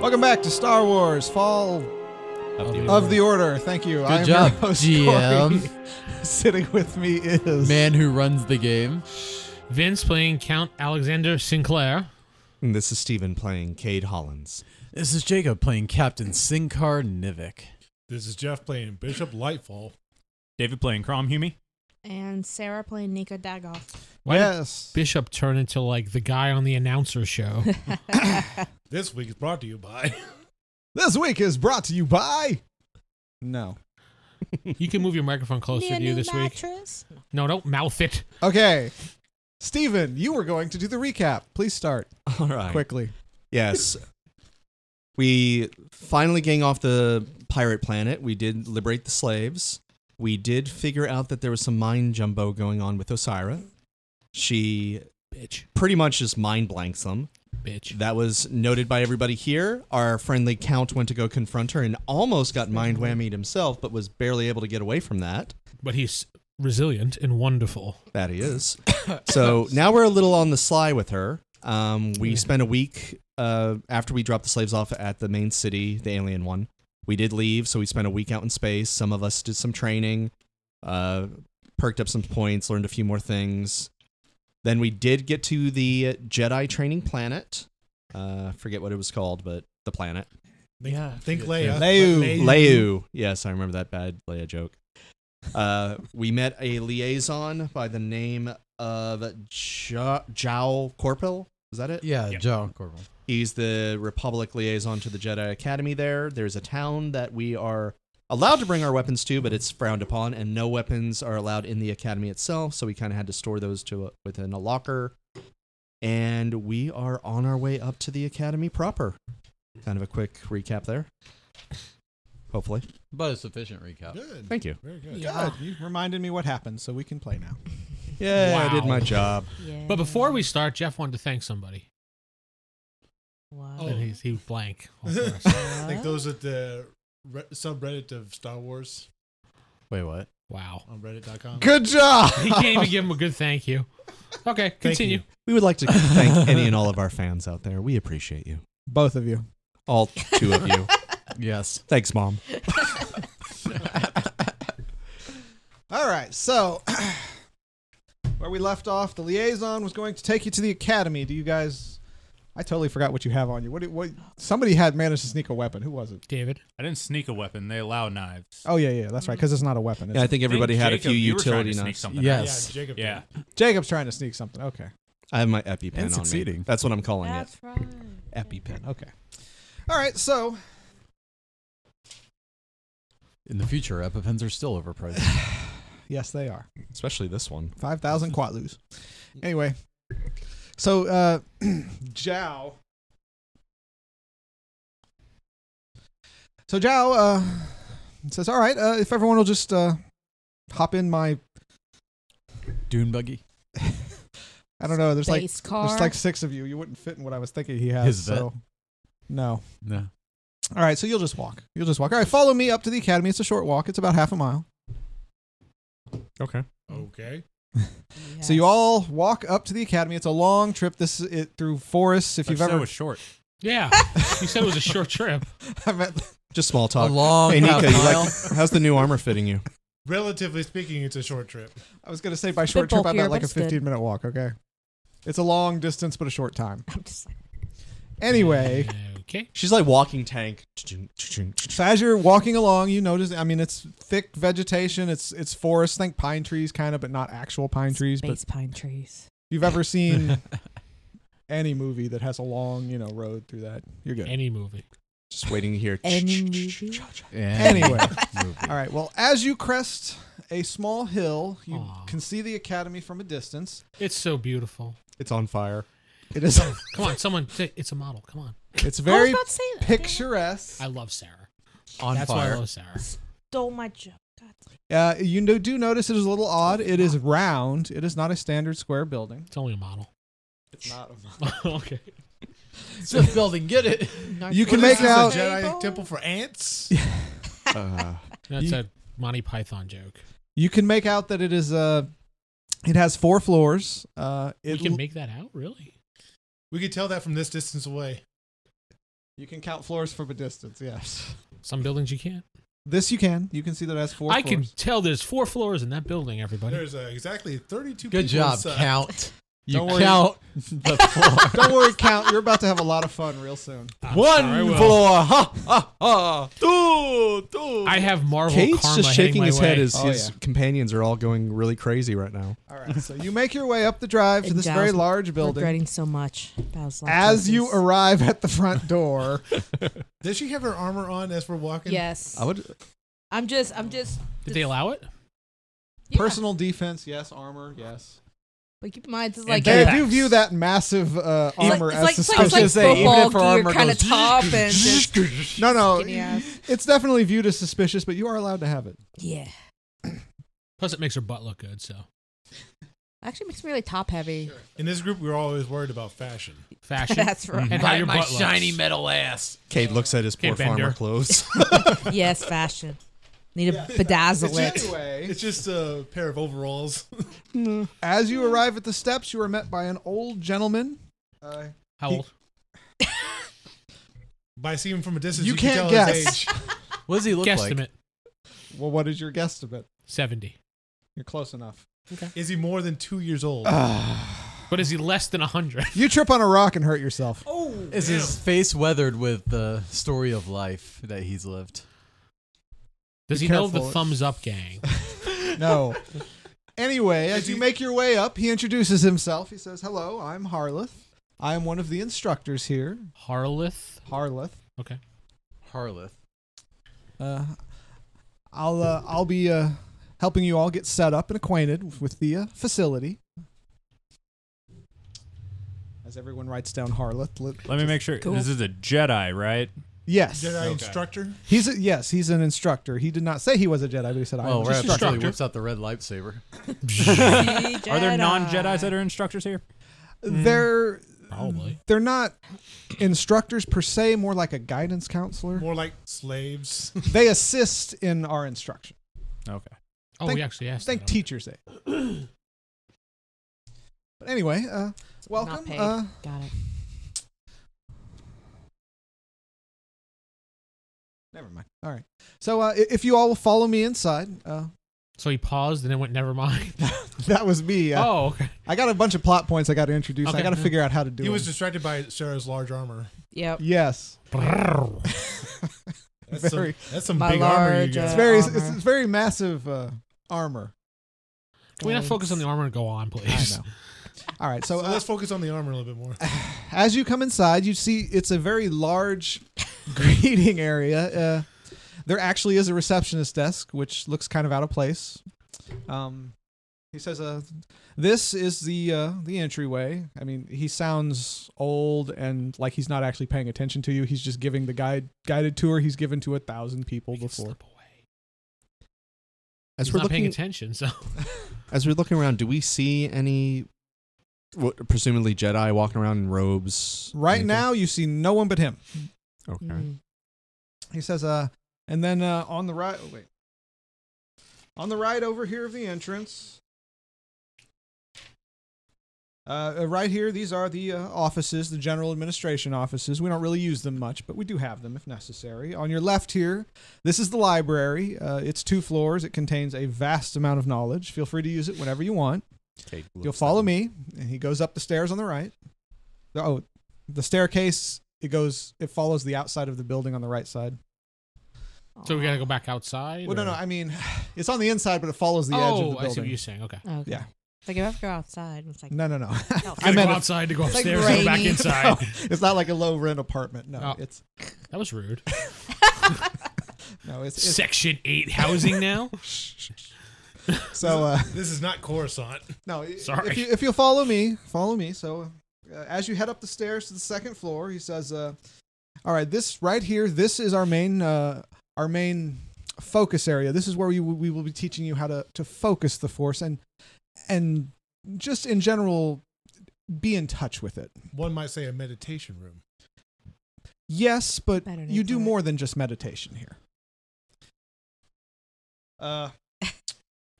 Welcome back to Star Wars Fall of the Order. Thank you. I am Good job, your host, GM. Corey. Sitting with me is Man who runs the game. Vince playing Count Alexander Sinclair. And this is Steven playing Cade Hollins. This is Jacob playing Captain Sinkar Nivik. This is Jeff playing Bishop Lightfall. David playing Crom Humi. and Sarah playing Nico Dagoff. Why did Yes. Bishop turn into like the guy on the announcer show? This week is brought to you by This week is brought to you by. No. you can move your microphone closer to you this week. No, don't mouth it. Okay. Steven, you were going to do the recap. Please start All right. quickly. Yes. we finally gang off the pirate planet. We did liberate the slaves. We did figure out that there was some mind jumbo going on with Osira. She Bitch. pretty much just mind blanks them. Bitch. That was noted by everybody here. Our friendly count went to go confront her and almost got mind whammied himself, but was barely able to get away from that. But he's resilient and wonderful. That he is. so now we're a little on the sly with her. Um, we spent a week uh, after we dropped the slaves off at the main city, the alien one. We did leave, so we spent a week out in space. Some of us did some training, uh, perked up some points, learned a few more things. Then we did get to the Jedi training planet. Uh, forget what it was called, but the planet. Think, Think Leia. Leu. Leu. Yes, I remember that bad Leia joke. Uh, we met a liaison by the name of jo- Jao Corpel. Is that it? Yeah, Yeah. John Corbel. He's the Republic liaison to the Jedi Academy there. There's a town that we are allowed to bring our weapons to, but it's frowned upon, and no weapons are allowed in the Academy itself, so we kind of had to store those to within a locker. And we are on our way up to the Academy proper. Kind of a quick recap there. Hopefully. But a sufficient recap. Good. Thank you. Very good. God, you reminded me what happened, so we can play now. Yeah, I did Wow. my job. Yeah. But before we start, Jeff wanted to thank somebody. Wow. Oh. Oh. And he's, he blank. I think those at the re- subreddit of Star Wars Wait, what? wow. on reddit.com. Good job. He can't even give him a good thank you. Okay, continue. you. We would like to thank any and all of our fans out there. We appreciate you. Both of you. All two of you. Yes. Thanks, Mom. All right. So, where we left off, the liaison was going to take you to the academy. Do you guys? I totally forgot what you have on you. What? do- What? Somebody had managed to sneak a weapon. Who was it? David. I didn't sneak a weapon. They allow knives. Oh yeah, yeah, that's right. Because it's not a weapon. It's, Yeah, I think everybody had Jacob, a few you were trying utility to sneak knives. something. Yeah, Yes. Jacob. Yeah. Jacob's trying to sneak something. Okay. I have my EpiPen And on succeeding. me. That's what I'm calling it. That's right. EpiPen. Okay. All right. So In the future, EpiPens are still overpriced. yes, they are Especially this one. five thousand quatloos. Anyway, so uh, Zhao. So Zhao uh, says, "All right, uh, if everyone will just uh, hop in my, Dune buggy. I don't know. There's like Base car. there's like six of you. You wouldn't fit in what I was thinking he has. His vet. so no. No. All right, so you'll just walk. You'll just walk. All right, follow me up to the academy. It's a short walk. It's about half a mile. Okay. Okay. So you all walk up to the academy. It's a long trip. This is it through forests. If If you've you ever, was short. Yeah. you said it was a short trip. I meant, Just small A talk. long hey, Nika, half you mile. like, how's the new armor fitting you? Relatively speaking, it's a short trip. I was gonna say by short trip, I bulkier, meant like but a it's good. 15 minute walk. Okay, it's a long distance but a short time. I'm just like, Anyway, Oh, Okay. She's like walking tank. So as you're walking along, you notice. I mean, it's thick vegetation. It's it's forest. Think pine trees, kind of, but not actual pine trees. But Space pine trees. if you've ever seen any movie that has a long, you know, road through that, you're good. Any movie. Just waiting to hear. Any movie? Anyway. All right. Well, as you crest a small hill, you Aw. can see the academy from a distance. It's so beautiful. It's on fire. It is. Come on, someone. say- It's a model. Come on. It's I was very about to say that. damn it. picturesque. I love Sarah. On That's why I fire. love Sarah. Stole my joke. God. Uh, you no- do notice it is a little odd. It is round. It is not a standard square building. It's only a model. It's not a okay. It's a building. Get it. You Narcissistic can make This is out- a people? Jedi temple for ants. Uh, That's You- a Monty Python joke. You can make out that it is Uh, it has four floors. Uh, You it can l- make that out, really? We could tell that from this distance away. you can count floors from a distance. Yes, Some buildings you can't. this you can. You can see that it has four. I can floors. tell there's four floors in that building, everybody. There's uh, exactly 32 Good people job. inside. Count. You Don't worry. count the floor. Don't worry, count. You're about to have a lot of fun real soon. One sure I will. floor. Ha ha ha. Two two. I have Marvel Kate's karma just shaking heading my his way. head as Oh, his yeah. companions are all going really crazy right now. All right. So you make your way up the drive to And this very Giles large building. Regretting so much. That was like As choices. you arrive at the front door, Does she have her armor on as we're walking? Yes. I would. I'm just. I'm just. Did they allow it? Yeah. personal defense, yes. Armor, yes. But keep in mind, this is like They a- do view that massive uh, It's armor like, as it's like, suspicious. it's like Say, even if her football gear armor kind of goes- top and just no, no, skinny ass. it's definitely viewed as suspicious, but you are allowed to have it. Yeah. Plus, it makes her butt look good, so. Actually, makes me really top heavy. In this group, we were always worried about fashion. Fashion. That's right. And how your butt looks. metal ass. Kate looks at his poor Kate farmer Bender. clothes. yes, fashion. Need to bedazzle It's it. just, Anyway. it's just a pair of overalls. As you arrive at the steps, you are met by an old gentleman. Uh, How old? By seeing him from a distance, You you, can't can tell his guess. age. What does he look Guesstimate. like? well, what is your guesstimate? 70. You're close enough. Is he more than two years old? But is he less than 100? You trip on a rock and hurt yourself. Oh. Is his face weathered with the story of life that he's lived? Does Be he know careful. the thumbs up gang? No. anyway, as Is you he- make your way up, he introduces himself. He says, "Hello, I'm Harleth. I am one of the instructors here, Harleth? Harleth. Okay. Harleth. Uh, I'll uh, I'll be uh, helping you all get set up and acquainted with the uh, facility." As everyone writes down Harleth. li- Let me make sure. Cool. This is a Jedi, right? Yes. Jedi instructor? He's a, yes, he's an instructor. He did not say he was a Jedi, but he said I'm Well, an right up instructor. until he whips out the red lightsaber. Are there non Jedi's that are instructors here? They're Probably. they're not instructors per se, more like a guidance counselor. More like slaves. They assist in our instruction. Okay. Oh, Think- we actually asked. Think that. teachers aid. but anyway, uh, welcome. Not paid. Uh, Got it. never mind. All right. So uh, i- if you all will follow me inside, uh, so he paused and then went, never mind. that was me. Uh, Oh, okay. I got a bunch of plot points I got to introduce. I Okay. got to figure out how to do He it. was distracted by Sarah's large armor. Yep. yes. That's Very- some, that's some My big armor you large, got. It's Uh, very it's, armor. it's very massive uh, armor. Can we not focus on the armor and go on, I please? know. All right. So so uh, let's focus on the armor a little bit more. as you come inside, you see it's a very large greeting area. Uh, there actually is a receptionist desk, which looks kind of out of place. Um, he says, uh, "This is the uh, the entryway." I mean, he sounds old and like he's not actually paying attention to you. He's just giving the guide guided tour he's given to a thousand people We can before. slip away. As He's we're not paying looking, attention, so. as we're looking around, do we see any, what, presumably Jedi walking around in robes? Right Anything? now, you see no one but him. Okay. Mm. He says, uh, and then uh, on the right, oh, wait, on the right over here of the entrance, uh, uh, right here, these are the uh, offices, the general administration offices. We don't really use them much, but we do have them if necessary. On your left here, this is the library. Uh, it's two floors. It contains a vast amount of knowledge. Feel free to use it whenever you want. Kate looks You'll follow down. me, and he goes up the stairs on the right. The- Oh, the staircase It goes. It follows the outside of the building on the right side. So we gotta go back outside. Well, no, or- no. I mean, it's on the inside, but it follows the edge of the Oh, building. I see what you're saying. Okay. Okay. Yeah. It's like if I have to go outside, it's like No, no, no. no. I meant go if- outside to go like upstairs and go back rainy. inside. it's not like a low rent apartment. No, Oh. it's That was rude. no, it's, it's Section eight housing now. so. Uh, This is not Coruscant. No, i- Sorry. If, you, if you'll follow me, follow me. So, uh, as you head up the stairs to the second floor, he says, uh, "All right, this right here, this is our main, uh, our main focus area. This is where we, we will be teaching you how to to focus the force and and just in general, be in touch with it. One might say a meditation room. Yes, but Better name you do for it. more than just meditation here. Uh,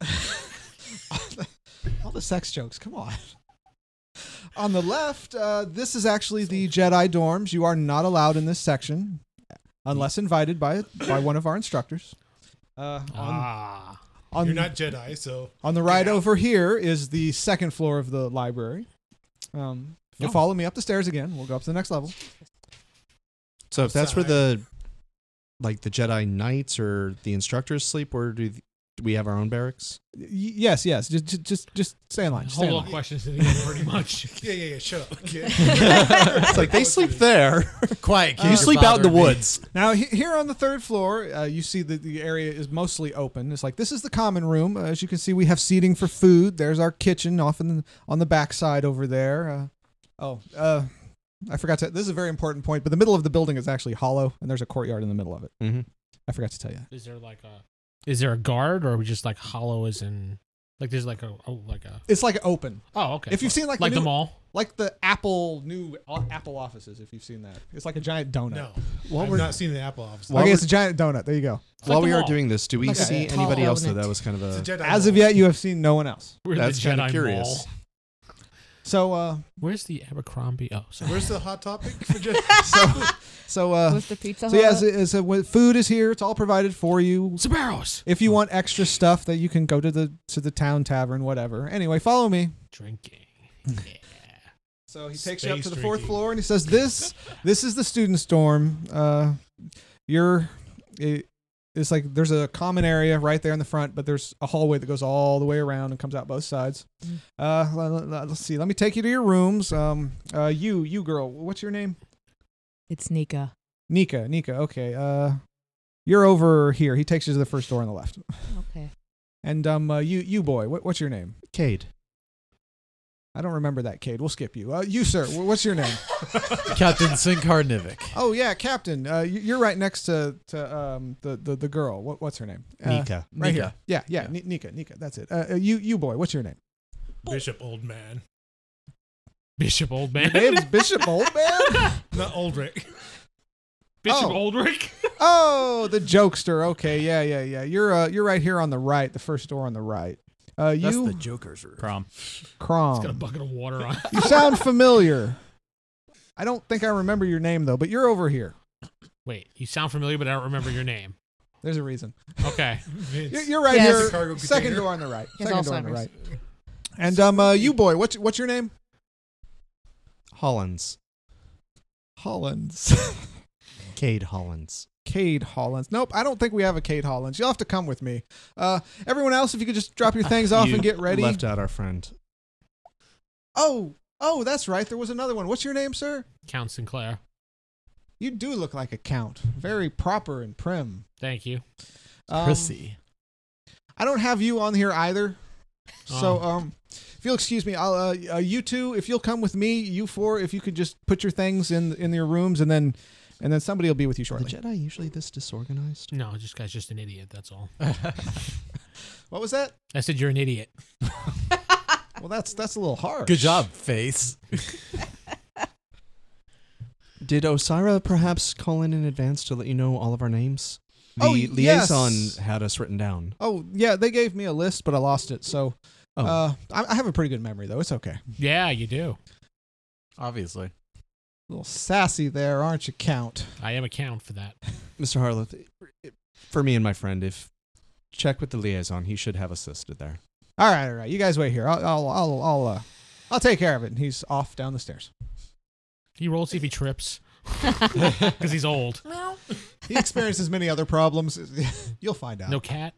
all, the, all the sex jokes. Come on. On the left, uh, this is actually the Jedi dorms. You are not allowed in this section unless invited by by one of our instructors. Uh, on, ah. on, You're not Jedi, so on the right over here is the second floor of the library. Um, if you Oh. follow me up the stairs again. We'll go up to the next level. So if that's where the like the Jedi Knights or the instructors sleep, where do, th- do we have our own barracks? Y- yes, yes. Just, just, just, just stay in line. Just stay in Whole lot line. of questions to the end, pretty much. yeah, yeah, yeah. Shut up. kid. it's like they sleep there. Quiet. you sleep out in the woods. Now, he- here on the third floor, uh, you see that the area is mostly open. It's like this is the common room. Uh, as you can see, we have seating for food. There's our kitchen off in the, on the back side over there. Uh, oh, uh, I forgot to. This is a very important point, but the middle of the building is actually hollow, and there's a courtyard in the middle of it. Mm-hmm. I forgot to tell you. Is there like a? Is there a guard, or are we just like hollow as in? Like there's like a oh like a It's like open. oh okay. If you've seen like, like the, the new, mall, like the Apple new o- Apple offices, if you've seen that, it's like a giant donut. No, While I've we're not seen the Apple office. Well, okay, we're- it's a giant donut. There you go. while like we the are mall. doing this, do we Like a see tall anybody else though? donut. That was kind of It's a a Jedi As of wall. yet, you have seen no one else. we're in that's the kind Jedi of Mall. curious. So, uh, Where's the Abercrombie? Oh, sorry. Where's the hot topic for Jedi? so, so, uh, with the pizza. So yeah, Hut. so, so when food is here. It's all provided for you. Sbarro's. If you want extra stuff, that you can go to the to the town tavern, whatever. Anyway, follow me. Drinking. Yeah. So he takes Space you up to the fourth drinking. floor and he says, "This, this is the student's dorm. Uh, you're, it, it's like there's a common area right there in the front, but there's a hallway that goes all the way around and comes out both sides. Uh, let, us see. Let me take you to your rooms. Um, uh, you, you girl, what's your name? it's Nika. Nika. Nika. Okay. Uh, you're over here. He takes you to the first door on the left. Okay. And um, uh, you, you boy, what, what's your name? Cade. I don't remember that, Cade. We'll skip you. Uh, you, sir, wh- what's your name? Captain Sinkarnivik. oh yeah, Captain. Uh, you- you're right next to to um the the, the girl. What, what's her name? Uh, Nika. Right Nika. here. Yeah, yeah. Ni- Nika, Nika. That's it. Uh, uh, you, you boy, what's your name? Bishop, old man, Bishop Old Man. Name's Bishop Oldman. not Aldrich. Bishop Oh. Oldrick. Oh, the jokester. Okay, yeah, yeah, yeah. You're uh, you're right here on the right, the first door on the right. Uh, That's you, the Joker's room. Prom. Crom. He's got a bucket of water on. You sound familiar. I don't think I remember your name though, but you're over here. Wait, you sound familiar, but I don't remember your name. There's a reason. Okay. Vince. You're, you're right Yes. here. Cargo container. Second door on the right. He has Second door on the Alzheimer's. right. And um, uh, you boy, what's what's your name? Hollins. Hollins. Cade Hollins. Cade Hollins. Nope, I don't think we have a Cade Hollins. You'll have to come with me. Uh, everyone else, if you could just drop your things off You and get ready. Left out our friend. Oh, oh, that's right. There was another one. What's your name, sir? Count Sinclair. You do look like a count. Very proper and prim. Thank you. Um, Prissy. I don't have you on here either. So, Oh. um, if you'll excuse me, I'll, uh, uh, you two, if you'll come with me, you four, if you could just put your things in in your rooms, and then and then somebody will be with you Are the shortly. Jedi usually this disorganized? No, this guy's just an idiot. That's all. What was that? I said you're an idiot. Well, that's that's a little harsh. Good job, face. Did Osira perhaps call in in advance to let you know all of our names? The Oh, liaison yes. had us written down. Oh yeah, they gave me a list, but I lost it. So Oh, uh, I, I have a pretty good memory though. It's okay. Yeah, you do. Obviously. A little sassy there, aren't you, Count? I am a count for that. Mr. Harloth, for me and my friend, if check with the liaison, he should have us listed there. All right, all right. You guys wait here. I'll I'll I'll I'll, uh, I'll take care of it. And he's off down the stairs. He rolls see if he trips. because he's old. He experiences many other problems. You'll find out. No cat.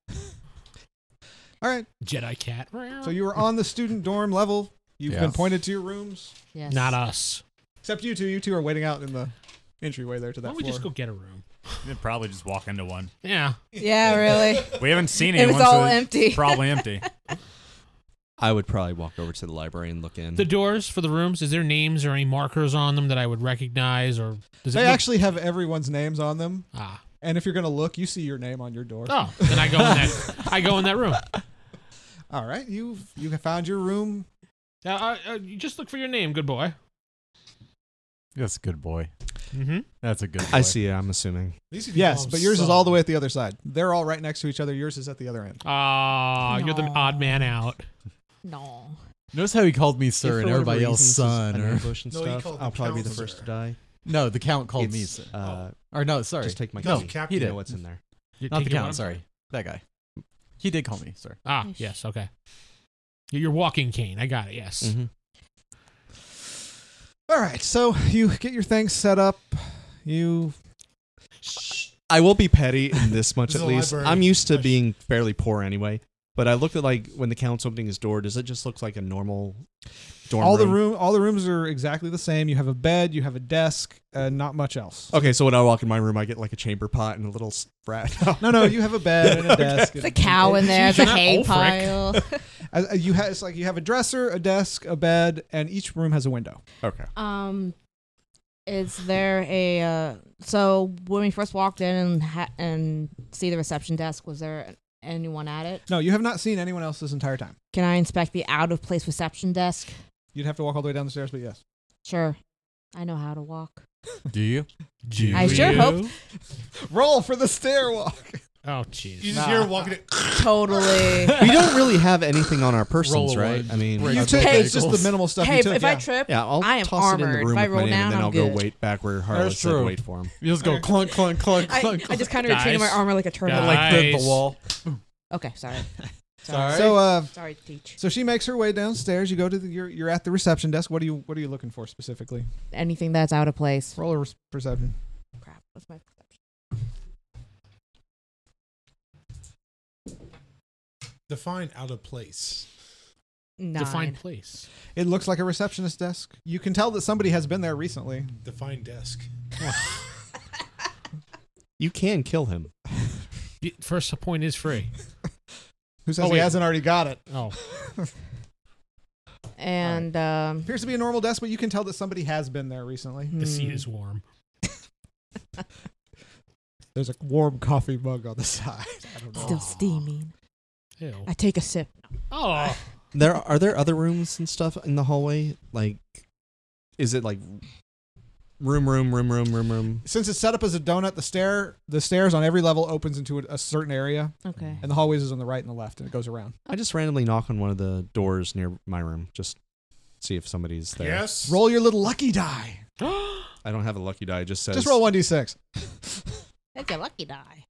All right. Jedi cat. So you were on the student dorm level. You've Yeah. been pointed to your rooms. Yes. Not us. Except you two. You two are waiting out in the entryway there to that Why don't we floor. just go get a room? They'd probably just walk into one. Yeah. Yeah, really. We haven't seen It anyone. was all so it's empty. Probably empty. I would probably walk over to the library and look in. The doors for the rooms, is there names or any markers on them that I would recognize or does it they look- actually have everyone's names on them. ah. And if you're going to look, you see your name on your door. Oh, then I go in that I go in that room. All right. You you have found your room. Uh, uh, uh, you just look for your name, good boy. That's a good boy. Mm-hmm. That's a good boy. I see. I'm assuming. Yes, but yours is all the way at the other side. They're all right next to each other. Yours is at the other end. Ah, you're the No. odd man out. No. Notice how he called me sir and If for whatever everybody else reason this is son. an Or, ambush and No, he stuff, called I'll the probably be the counselor. first to die. no, the count called me It's, sir. uh, Or no, sorry. Just take my No, key. he Captain. You did. know what's in there. You're Not the taking count, one- sorry. That guy. He did call me sir. Ah, Ish. yes, okay. You're your walking cane. I got it. Yes. Mm-hmm. All right. So you get your things set up. You I will be petty in this much This is at a least. library. I'm used to Hush. being fairly poor anyway. But I looked at like when the count's opening his door. Does it just look like a normal dorm all room? the room all the rooms are exactly the same. You have a bed, you have a desk, uh, not much else. Okay, so when I walk in my room, I get like a chamber pot and a little s- rat. No, no, you have a bed and a desk. There's a cow in there. There's a You're hay not Ulfric. pile. Uh, uh, you have it's like you have a dresser, a desk, a bed, and each room has a window. okay. Um, is there a uh, so when we first walked in and ha- and see the reception desk, was there anyone at it? No, you have not seen anyone else this entire time. Can I inspect the out of place reception desk? You'd have to walk all the way down the stairs, but yes. Sure, I know how to walk. Do you? Do I sure you? hope- Roll for the stair walk. Mm-hmm. Oh, jeez. You just hear him walking. in- Totally. We don't really have anything on our persons, a right? one. I mean, Break You Okay. took Hey, it's just the minimal stuff hey, you if, took. if I yeah. trip, yeah, I'll I am toss it in the armored. room If I with my roll name, down, and then I'm I'll go good. wait back where That's Harless said true. wait for him. You just go clunk, clunk, clunk, I, clunk. I just kind of retreated my Guys. armor like a turtle. Guys. like the, the Nice. wall. Okay, sorry. Sorry. so uh Sorry, teach. so she makes her way downstairs. You go to the you're, you're at the reception desk. What are you what are you looking for specifically? Anything that's out of place. Roll a res- perception. Crap. What's my perception? Define out of place. Nine. Define place. It looks like a receptionist desk. You can tell that somebody has been there recently. Define desk. You can kill him. Y- First point is free. Who says Oh, he wait. hasn't already got it? Oh, And um, Appears to be a normal desk, but you can tell that somebody has been there recently. the seat hmm. is warm. There's a warm coffee mug on the side. I don't know. still steaming. Ew. I take a sip. Oh, There are there other rooms and stuff in the hallway. Like, is it like room, room, room, room, room, room? Since it's set up as a donut, the stair the stairs on every level opens into a, a certain area, Okay. and the hallways is on the right and the left, and it goes around. I just randomly knock on one of the doors near my room, just see if somebody's there. Yes. Roll your little lucky die. I don't have a lucky die. It just says Just roll one d six. That's your lucky die.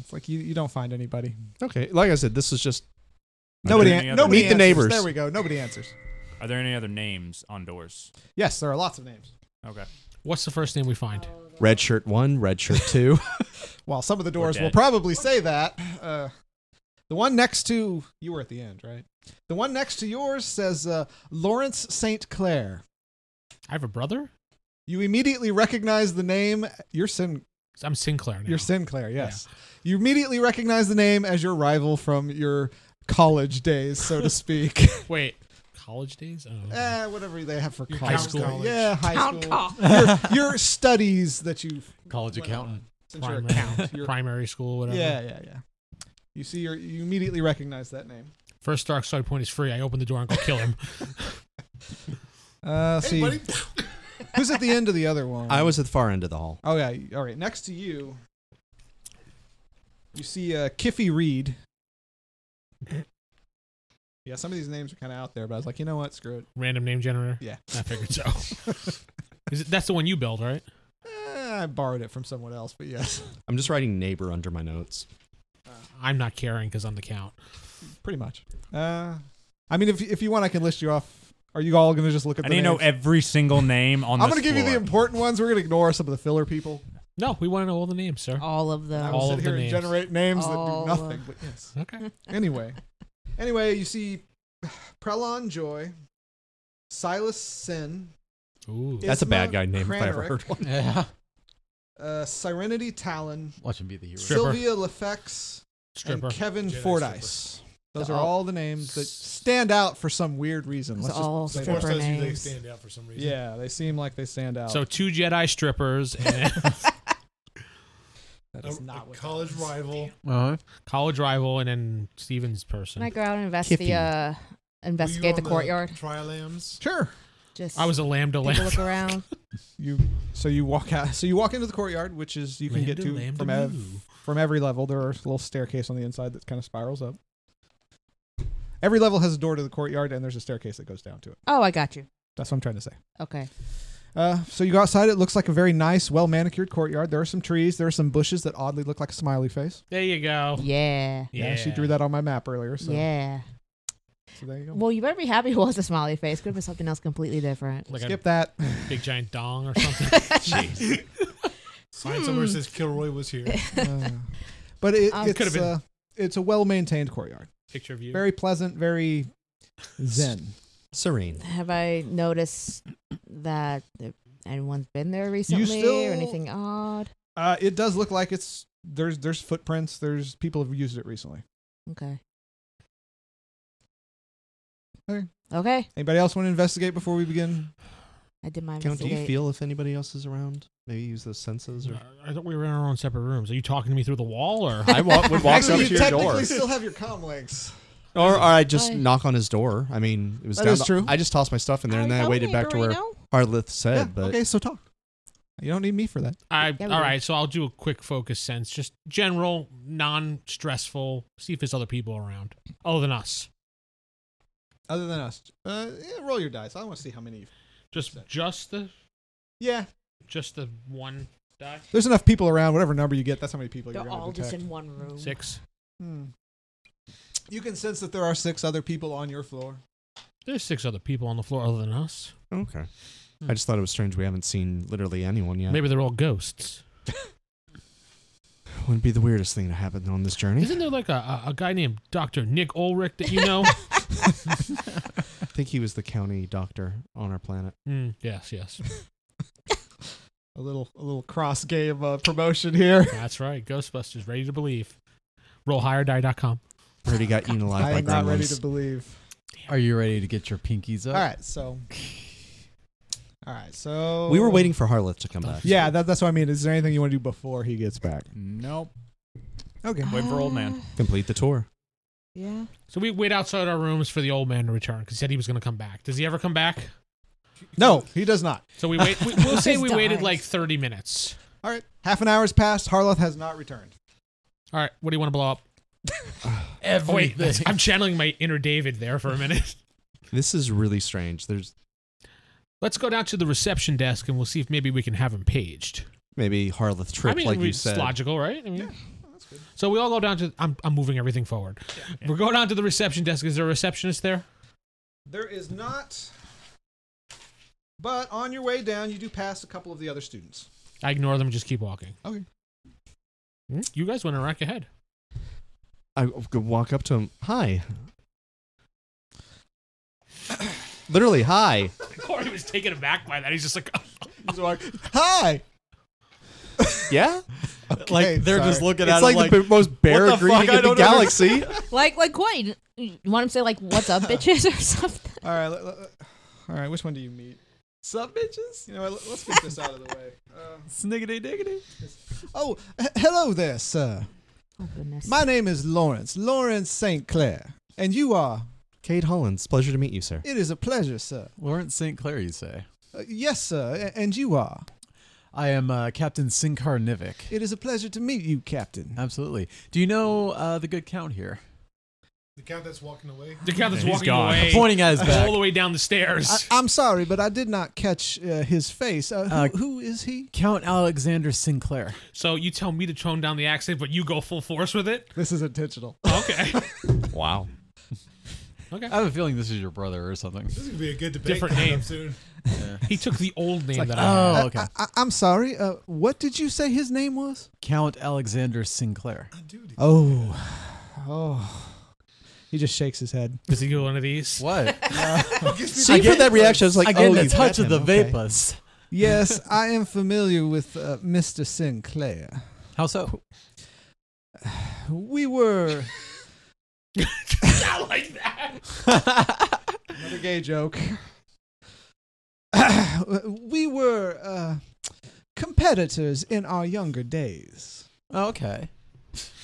It's like you, you don't find anybody. Okay, like I said, this is just Nobody. there An- any other- nobody Meet the answers. neighbors. There we go. Nobody answers. Are there any other names on doors? Yes, there are lots of names. Okay. what's the first name we find? red shirt one, red shirt two. While some of the doors will dead. probably say that, uh, the one next to you were at the end, right? The one next to yours says uh, Lawrence Saint Clair. I have a brother. You immediately recognize the name. You're Sin. I'm Sinclair now. You're Sinclair. Yes. You immediately recognize the name as your rival from your college days, so to speak. Wait, college days? Oh. eh, whatever they have for Your college. count college. Yeah, high Count school. cough. your, your studies that you College Well, accountant. since you're a primary, count. Your, primary school, whatever. yeah, yeah, yeah. You see, your you immediately recognize that name. First dark side point is free. I open the door and go kill him. Uh, Hey, see, buddy. who's at the end of the other one? I was at the far end of the hall. Oh yeah. All right. Next to you, you see uh, Kiffy Reed. Yeah, some of these names are kind of out there, but I was like, you know what? Screw it. Random name generator. Yeah. I figured so. Is it, that's the one you build, right? Eh, I borrowed it from someone else, but yes, I'm just writing neighbor under my notes. I'm not caring because I'm the count. pretty much. Uh, I mean, if if you want, I can list you off Are you all gonna just look at? I the need to know names? every single name on. I'm this gonna give you the floor. important ones. We're gonna ignore some of the filler people. No, we want to know all the names, sir. Oh, All of I them. will All sit of here the and names. generate names All that do nothing. of- But yes. Okay. Anyway, anyway, you see, Prelon Joy, Silas Sin. Ooh. That's a bad Isma guy name if I ever Kranaric, heard one. Yeah. Uh, Serenity Talon, Watch him be the hero. Stripper. Sylvia Lefex, Stripper. and Kevin Jedi Fordyce. Those They're are all- all the names that stand out for some weird reason. It's Let's just all say that. Force stripper tells you they names. stand out for some reason. Yeah, they seem like they stand out. So two Jedi strippers and that A, um, is a not what that college is. rival. Uh-huh. college rival and then Steven's person. Can I go out and invest Kiffy. the uh, investigate the courtyard? Trialams. Sure. Just I was a lambda take a lamb. look around. You so you walk out. So you walk into the courtyard, which is you can get to Lambda, lambda, from ev- moo. from every level. There are a little staircase on the inside that kind of spirals up. Every level has a door to the courtyard, and there's a staircase that goes down to it. Oh, I got you. That's what I'm trying to say. Okay. Uh, so you go outside. It looks like a very nice, well manicured courtyard. There are some trees. There are some bushes that oddly look like a smiley face. There you go. Yeah. Yeah, she drew that on my map earlier. So, Yeah. so there you go. Well, you better be happy it was a smiley face. Could have been something else completely different. Like Skip that. a big giant dong or something. Find somewhere that says Kilroy was here. Uh, but it, Um, it's Could've been- uh, it's a well maintained courtyard. Picture of you. Very pleasant. Very zen. Serene. Have I noticed that th- anyone's been there recently still- or anything odd? Uh, it does look like it's there's there's footprints. There's people have used it recently. Okay. Okay. Okay. Anybody else want to investigate before we begin? I did my Count, do you investigate. feel if anybody else is around? Maybe use those senses or. Uh, I thought we were in our own separate rooms. Are you talking to me through the wall or? I wa- would walk Actually, up you to your technically door, still have your comm links. or, or I just Why? knock on his door. I mean, it was That down is the- true. I just tossed my stuff in there, and then I waited back to where Harlith said. Yeah, but okay, so talk. You don't need me for that. I, we all do. right, so I'll do a quick focus sense, just general, non-stressful. See if there's other people around other than us. Other than us, uh, yeah, roll your dice. I want to see how many. You've... Just, just the, Yeah, just the one die. there's enough people around. Whatever number you get, that's how many people They're you're all going to just detect. in one room. Six. Hmm. You can sense that there are six other people on your floor. There's six other people on the floor other than us. okay. Hmm. I just thought it was strange we haven't seen literally anyone yet. Maybe they're all ghosts. Wouldn't be the weirdest thing to happen on this journey. Isn't there like a, a, a guy named Doctor Nick Ulrich that you know? I think he was the county doctor on our planet. mm, yes, yes. A little, a little cross game uh, promotion here. That's right. Ghostbusters, ready to believe. Rollhigherdie.com. Already got eaten alive I by am not ready to gremlins. believe. Are you ready to get your pinkies up? All right, so. All right, so We were waiting for Harlith to come back. Yeah, that, that's what I mean. Is there anything you want to do before he gets back? Nope. Okay. Wait for old Ah. man. Complete the tour. Yeah. So we wait outside our rooms for the old man to return because he said he was going to come back. Does he ever come back? No, he does not. So we wait. We, we'll say Just we waited dies. like 30 minutes. All right. Half an hour's passed. Harloth has not returned. All right. What do you want to blow up? Oh, wait. Everything. that's- I'm channeling my inner David there for a minute. This is really strange. There's Let's go down to the reception desk and we'll see if maybe we can have him paged. maybe Harlith tripped, I mean, like you it's said. logical, right? I mean, So we all go down to. I'm, I'm moving everything forward. We're going down to the reception desk. Is there a receptionist there? There is not. But on your way down, you do pass a couple of the other students. I ignore them and just keep walking. Okay. Hmm? You guys went a rack ahead. I could walk up to him. Hi. Literally, hi. Corey was taken aback by that. He's just like, Hi. Yeah? Okay, like they're sorry. just looking it's at like, him like the p- most bare "What the greeting fuck? I in the don't galaxy. Like like what? You you want him to say like what's up, bitches, or something? All right. let- let- all right. Which one do you meet? Sub bitches. You know, what, let- let's get this out of the way. Uh, Sniggity diggity. oh, h- hello there, sir. Oh goodness. My name is Lawrence. Lawrence St. Clair. And you are. Kate Hollins, pleasure to meet you, sir. It is a pleasure, sir. Lawrence St. Clair, you say. Uh, yes, sir. a- and you are. I am uh, Captain Sinkar Nivik. It is a pleasure to meet you, Captain. Absolutely. Do you know uh, the good count here? The count that's walking away. the guy that's He's walking gone. away, I'm pointing at his all back. the way down the stairs. I, I'm sorry, but I did not catch uh, his face. Uh, who, Uh, who is he? Count Alexander Sinclair. so you tell me to tone down the accent, but you go full force with it. This is intentional. Okay. Wow. Okay. I have a feeling this is your brother or something. This is gonna be a good debate. Different coming up name. soon. He took the old name that I had. Oh, okay. I, am sorry. Uh, what did you say his name was? Count Alexander Sinclair. Dude, Oh, oh. He just shakes his head. Does he get one of these? What? See, for that reaction, I was like, I get oh, the you've touch met of the him, okay. vapas. Yes, I am familiar with uh, Mr. Sinclair. How so? We were I like that. another gay joke. we were uh, competitors in our younger days. Oh, okay.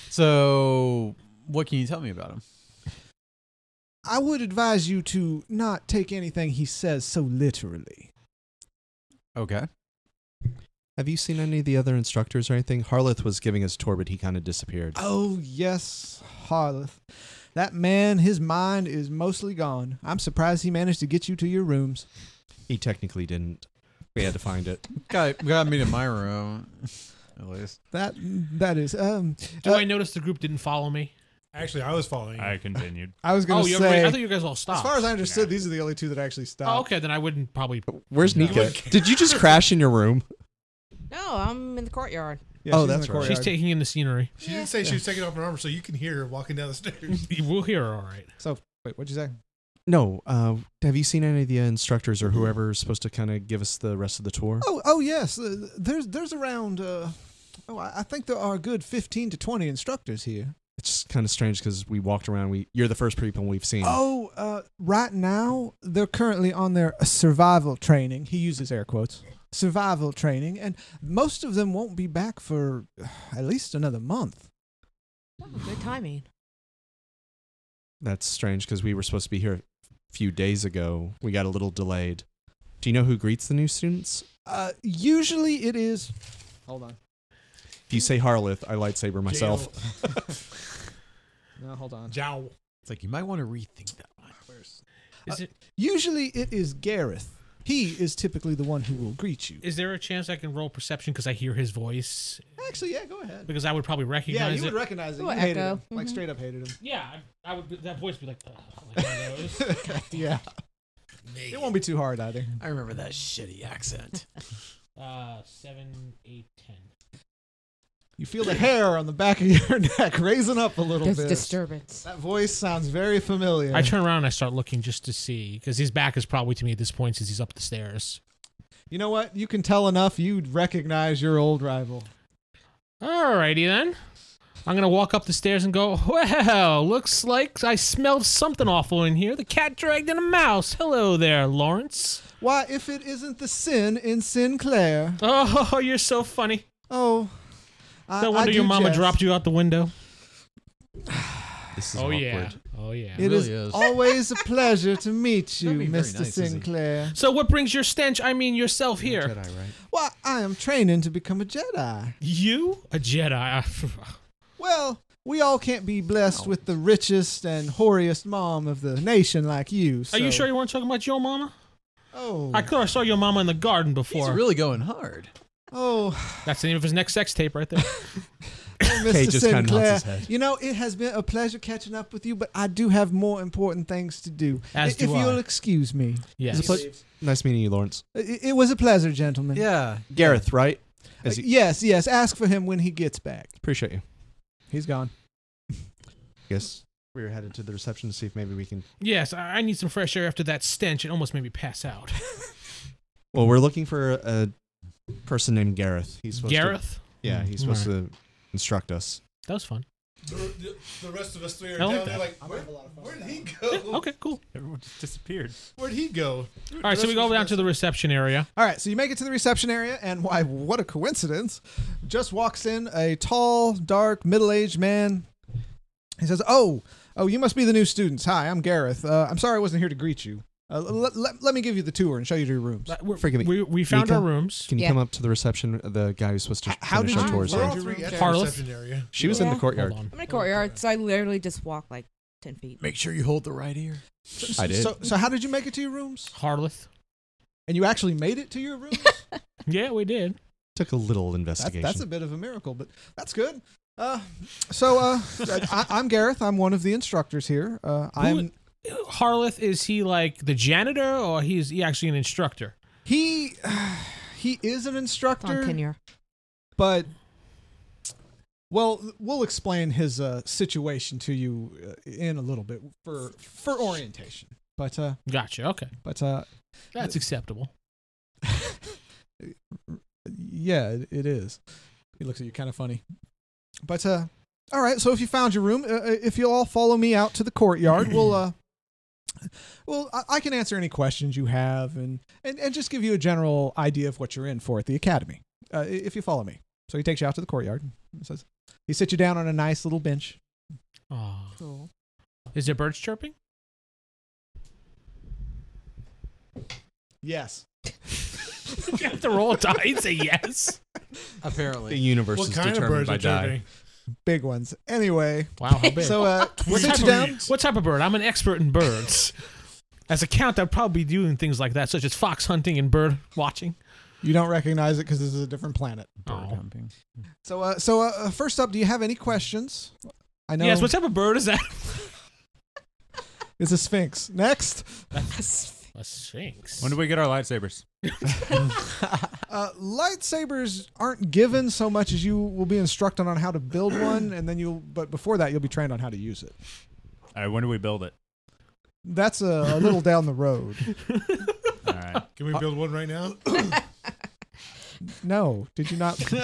So, what can you tell me about him? I would advise you to not take anything he says so literally. Okay. Have you seen any of the other instructors or anything? Harleth was giving us tour, but he kind of disappeared. Oh, yes, Harleth. That man, his mind is mostly gone. I'm surprised he managed to get you to your rooms. He technically didn't. We had to find it. Got got me to my room. At least. That that is um Do Uh, I notice the group didn't follow me? actually, I was following. I continued. I was Oh, going to you're, say I thought you guys all stopped. as far as I understood these are the only two that actually stopped. oh, okay, then I wouldn't probably. Where's Nika? Did you just crash in your room? No, I'm in the courtyard. Yeah, Oh, she's in that's the right. She's courtyou- taking in the scenery. She didn't say she was taking off her armor, so you can hear her walking down the stairs. We'll hear her all right. Wait, what'd you say? No. Uh, have you seen any of the uh, instructors or whoever's supposed to kind of give us the rest of the tour? Oh, oh yes. Uh, there's there's around uh Oh, I I think there are a good 15 to 20 instructors here. It's kind of strange because we walked around. We you're the first people we've seen. Oh, uh, right now they're currently on their survival training. He uses air quotes. Survival training, and most of them won't be back for uh, at least another month. Oh, good timing. That's strange because we were supposed to be here a few days ago. We got a little delayed. Do you know who greets the new students? Uh, usually it is. Hold on. If you say Harleth, I lightsaber myself. No, hold on. Jowl. It's like you might want to rethink that one. Is, it, Usually it is Gareth. He is typically the one who will greet you. is there a chance I can roll perception because I hear his voice? Actually, yeah, go ahead. Because I would probably Yeah, recognize you would it. recognize it. You Little hated echo. him. Like Mhm. straight up hated him. yeah, I, I would. be- That voice would be like, "Ugh," like one of those. yeah. It won't be too hard either. I remember that shitty accent. uh, seven, eight, ten. You feel the hair on the back of your neck raising up a little There's bit. disturbance. That voice sounds very familiar. I turn around and I start looking just to see because his back is probably to me at this point since he's up the stairs. you know what? You can tell enough. You'd recognize your old rival. Alrighty then. I'm gonna walk up the stairs and go. Well, looks like I smelled something awful in here. The cat dragged in a mouse. Hello there, Lawrence. Why, if it isn't the sin in Sinclair? Oh, you're so funny. Oh, I, No wonder I do your mama jest. dropped you out the window. This is Oh awkward. yeah. Oh yeah. It is really is. always a pleasure to meet you, That'd be very Mr. nice, isn't he? Sinclair. So what brings your stench? I mean yourself here. Jedi, right? Why, I am training to become a Jedi. You a Jedi? I- Well, we all can't be blessed with the richest and hoariest mom of the nation like you. Are so- you sure you weren't talking about your mama? Oh, I could have saw your mama in the garden He's before. really going hard. oh. That's the name of his next sex tape right there. Mr. Kate just kinda nods Sinclair, his head. you know, it has been a pleasure catching up with you, but I do have more important things to do. As if do I. you'll excuse me. It's a Yes. ple- nice meeting you, Lawrence. I- It, was a pleasure, gentlemen. Yeah. Gareth, right? Uh, Is he- yes, yes. Ask for him when he gets back. Appreciate you. He's gone. Yes. We were headed to the reception to see if maybe we can. Yes, I I need some fresh air after that stench. It almost made me pass out. Well, we're looking for a person named Gareth. He's supposed Gareth? To, yeah, he's supposed to instruct us. That was fun. The, the, the rest of us three are I down like there that. like, where, where did he Yeah, go? okay, cool. Everyone just disappeared. Where'd he go? All right, so we go down to the reception area. All right, so you make it to the reception area, and why, what a coincidence. Just walks in a tall, dark, middle aged man. He says, Oh, oh, you must be the new students. Hi, I'm Gareth. Uh, I'm sorry I wasn't here to greet you. Uh, let, let, let me give you the tour and show you to your rooms. Uh, we're- Forgive me. We, we found Mika? our rooms. Can you Yeah. come up to the reception? The guy who's supposed to H- how finish did our you tours. We're Where's all your three room, at the Jarlath? reception area. She was in the Yeah. courtyard. Hold on. I'm in a courtyard, so I literally just walk like 10 feet. Make sure you hold the right ear. I did. So, so how did you make it to your rooms? Harleth. And you actually made it to your rooms? Yeah, we did. Took a little That- investigation. that's a bit of a miracle, but that's good. Uh, so uh, I, I'm Gareth. I'm one of the instructors here. Uh, I'm Harleth is he like the janitor or he's he actually an instructor? He he is an It's on instructor, tenure. but well, we'll explain his uh, situation to you uh, in a little bit for for orientation. But uh, Gotcha. Okay, but uh, that's acceptable. yeah, it, it is. He looks at you kind of funny. But uh, all right. So if you found your room, uh, if you'll all follow me out to the courtyard, we'll uh, well, I, I can answer any questions you have and, and and just give you a general idea of what you're in for at the academy. Uh, i- if you follow me, so he takes you out to the courtyard. And says he sits you down on a nice little bench. Oh. Cool. Is there birds chirping? Yes. you have to roll a die and say yes. The Apparently. universe What is kind of determined birds by are die. chirping? Big ones. Anyway, Wow, how big? so uh, he what, type sits you of, down. what type of bird? I'm an expert in birds. As a count, I'd probably be doing things like that, such as fox hunting and bird watching. You don't recognize it because this is a different planet. Bird Oh. humping. So, uh, so uh, uh, first up, do you have any questions? I know Yes, what type of bird is that? it's a sphinx. Next, A sphinx. When do we get our lightsabers? uh, lightsabers aren't given so much as you will be instructed on how to build one, and then you'll. But before that, you'll be trained on how to use it. All right, when do we build it? That's a, a little down the road. All right. Can Uh, we build one right now? No, did you not? hear?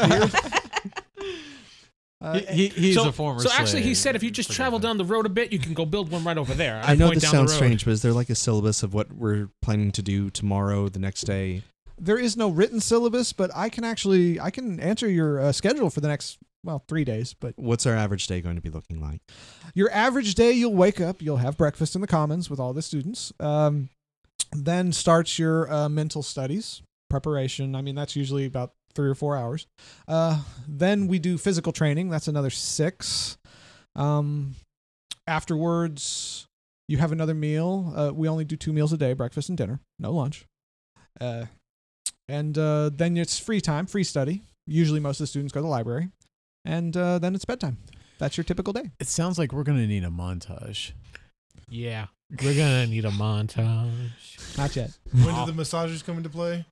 Uh, He, he, he's so, a former So actually, he slave. said if you just Forget travel that. down the road a bit, you can go build one right over there. I know point this down the sounds road. strange, but is there like a syllabus of what we're planning to do tomorrow, the next day? there is no written syllabus, but I can actually I can answer your uh, schedule for the next well three days. But What's our average day going to be looking like? your average day you'll wake up you'll have breakfast in the commons with all the students um, then starts your uh, mental studies preparation i mean that's usually about three or four hours uh, then we do physical training that's another six um, afterwards you have another meal uh, we only do two meals a day breakfast and dinner no lunch uh, and uh, then it's free time free study usually most of the students go to the library and uh, then it's bedtime that's your typical day It sounds like we're going to need a montage. Yeah, we're gonna need a montage. not yet When do the massages come into play?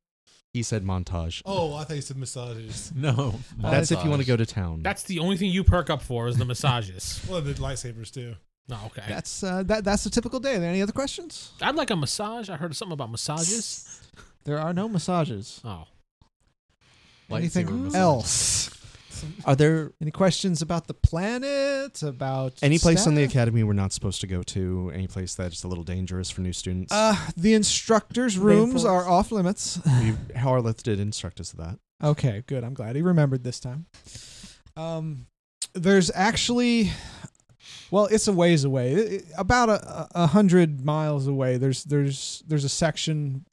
He said montage. Oh, I thought you said massages. No. That's if you want montage. to go to town. That's the only thing you perk up for is the massages. Well, the lightsabers too. oh, okay. That's uh, that. That's a typical day. Are there any other questions? I'd like a massage. I heard something about massages. There are no massages. Oh, Lightsaber Anything massage. else? Are there Any questions about the planet? About any place on the staff? academy we're not supposed to go to? Any place that's a little dangerous for new students? Uh, the instructors' rooms are off limits. we, Harleth did instruct us of that. Okay, good. I'm glad he remembered this time. Um, there's actually, well, it's a ways away. I- I- about a, a hundred miles away. There's there's there's a section.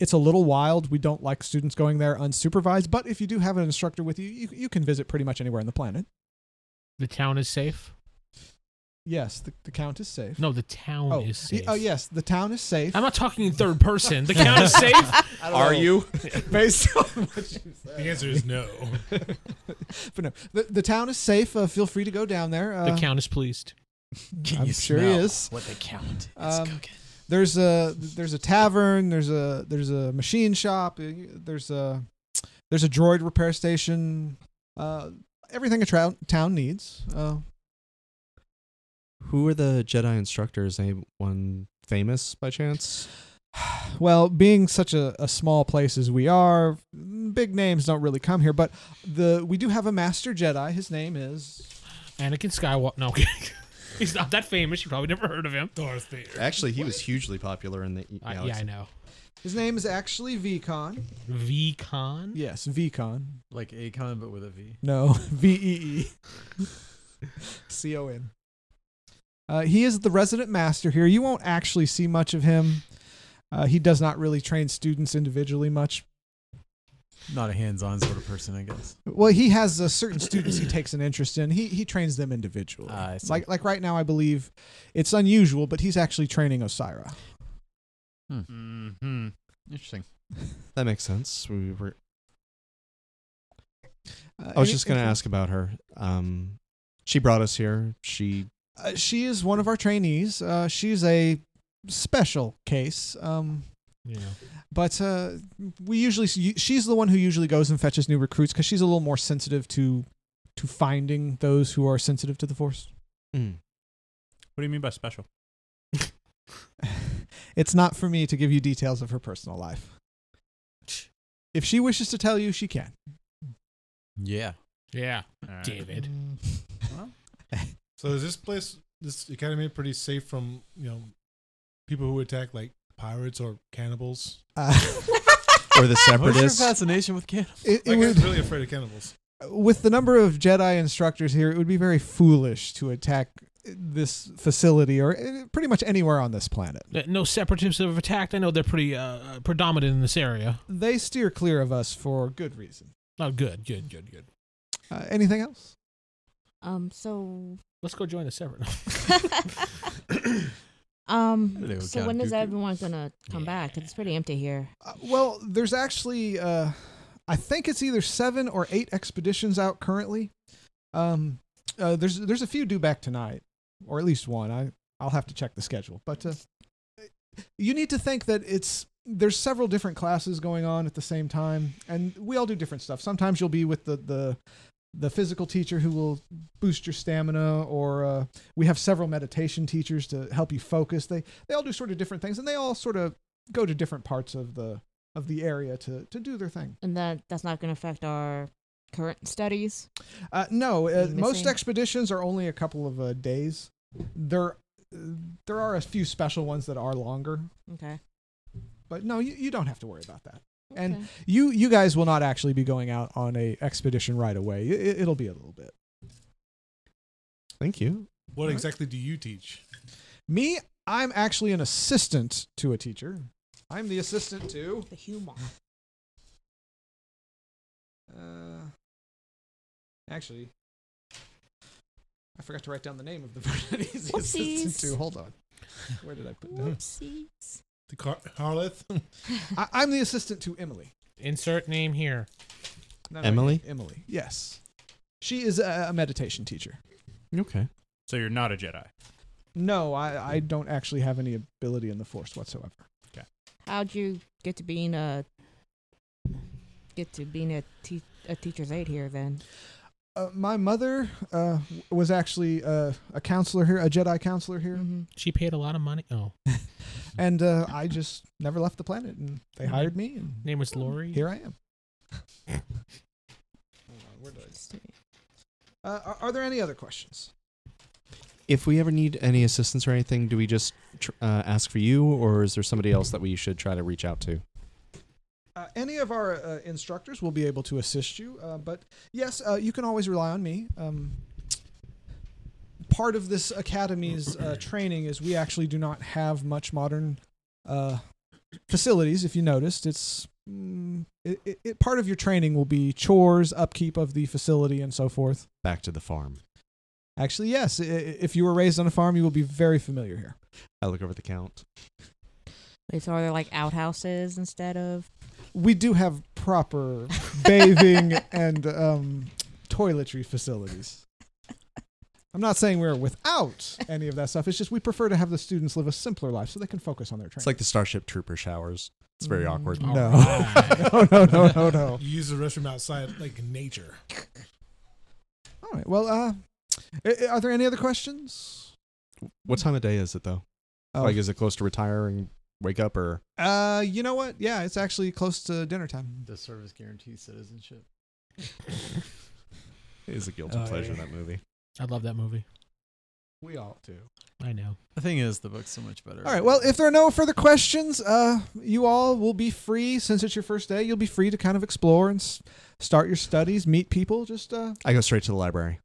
It's a little wild. We don't like students going there unsupervised. But if you do have an instructor with you, you, you can visit pretty much anywhere on the planet. the town is safe. Yes, the, the count is safe. No, the town oh, is y- safe. oh yes, the town is safe. I'm not talking in third person. The count is safe. Are you? Based on The answer is no. but no, the, the town is safe. Uh, feel free to go down there. Uh, the count is pleased. I'm sure he is. What they count. Um, there's a there's a tavern. There's a there's a machine shop. uh, There's a there's a droid repair station. Uh, everything a tra- town needs. Uh, Who are the Jedi instructors? Anyone famous by chance? well, being such a, a small place as we are, mm, big names don't really come here. But the we do have a master Jedi. His name is Anakin Skywalker. No, he's not that famous. You probably never heard of him. Darth Vader. Actually, he was hugely popular in the I- yeah, I know. his name is actually Vcon. VCon. Yes, Vcon. Like Akon, but with a V. No, V E E C O N. Uh, he is the resident master here. You won't actually see much of him. Uh, he does not really train students individually much. Not a hands-on sort of person, I guess. Well, he has uh, certain students he takes an interest in. He he trains them individually. Ah, I see. like like right now, I believe it's unusual, but he's actually training Osira. Hmm. Mm-hmm. Interesting. That makes sense. We were. Uh, I was any- just gonna Uh, anything- ask about her. Um, she brought us here. She Uh, she is one of our trainees. Uh, she's a special case. Um, You know. but uh, we usually she's the one who usually goes and fetches new recruits because she's a little more sensitive to to finding those who are sensitive to the force. Hmm. What do you mean by special? It's not for me to give you details of her personal life. If she wishes to tell you, she can. Yeah. Yeah, All right. David. So is this place, this academy, pretty safe from you know people who attack like pirates or cannibals? Uh, Or the What's your separatists. fascination with cannibals? it, it Like, I'm would, really afraid of cannibals. with the number of Jedi instructors here, it would be very foolish to attack this facility or uh, pretty much anywhere on this planet. Uh, No separatists have attacked. I know they're pretty uh, predominant in this area. They steer clear of us for good reason. Oh, good, good, good, good. Uh, anything else? Um. So. Let's go join the separate. um. Hello, So Count when is Dooku. everyone gonna come back? 'Cause It's pretty empty here. Uh, well, there's actually, uh, I think it's either seven or eight expeditions out currently. Um, uh, there's there's a few due back tonight, or at least one. I I'll have to check the schedule, but uh, you need to think that it's there's several different classes going on at the same time, and we all do different stuff. Sometimes you'll be with the the the physical teacher who will boost your stamina, or uh, we have several meditation teachers to help you focus. They they all do sort of different things, and they all sort of go to different parts of the of the area to to do their thing. And that that's not gonna affect our current studies. Uh, no, uh, Missing. most expeditions are only a couple of uh, days. There there are a few special ones that are longer, Okay. but no, you, you don't have to worry about that. And Okay. you you guys will not actually be going out on a expedition right away. It, it'll be a little bit. Thank you. What exactly do you teach? Me, I'm actually an assistant to a teacher. I'm the assistant to The human. Uh, actually, I forgot to write down the name of the person that he's the assistant Whoopsies. to. Hold on. Where did I put that? Whoopsies. The car- Harleth? I, I'm the assistant to Emily. Insert name here. Not Emily? Irene, Emily. Yes. She is a, a meditation teacher. Okay. So you're not a Jedi. No, I, I don't actually have any ability in the force whatsoever. How'd you get to being a get to being a te- a teacher's aide here then? Uh, my mother uh, w- was actually uh, a counselor here, a Jedi counselor here, Mhm. She paid a lot of money. Oh, and uh, I just never left the planet, and they Mhm. hired me, and name was Lori. here I am. Hold on, where did I Mm-hmm. Uh, are, are there any other questions? If we ever need any assistance or anything, do we just tr- uh, ask for you, or is there somebody else that we should try to reach out to? Uh, any of our uh, instructors will be able to assist you, uh, but yes, uh, you can always rely on me. Um, part of this academy's uh, training is we actually do not have much modern uh, facilities. If you noticed, it's mm, it, it, it, part of your training will be chores, upkeep of the facility, and so forth. Back to the farm. Actually, yes, i- i- if you were raised on a farm, you will be very familiar here. I look over the count. Wait, so are there like outhouses instead of we do have proper bathing and um, toiletry facilities. I'm not saying we're without any of that stuff. It's just we prefer to have the students live a simpler life so they can focus on their training. It's like the Starship Trooper showers. It's very Mm. awkward. Oh No. no, no, no, no, no. You use the restroom outside, like in nature. All right. Well, uh, i- i- are there any other questions? What time of day is it though? Oh, Like, is it close to retiring, wake up, or uh, you know what? Yeah, it's actually close to dinner time. Does service guarantee citizenship? is it guilty Oh, pleasure yeah. that movie? I love that movie. We all do. I know. The thing is, the book's so much better. All right. Well, if there are no further questions, uh, you all will be free since it's your first day. You'll be free to kind of explore and s- start your studies, meet people. Just uh, I go straight to the library.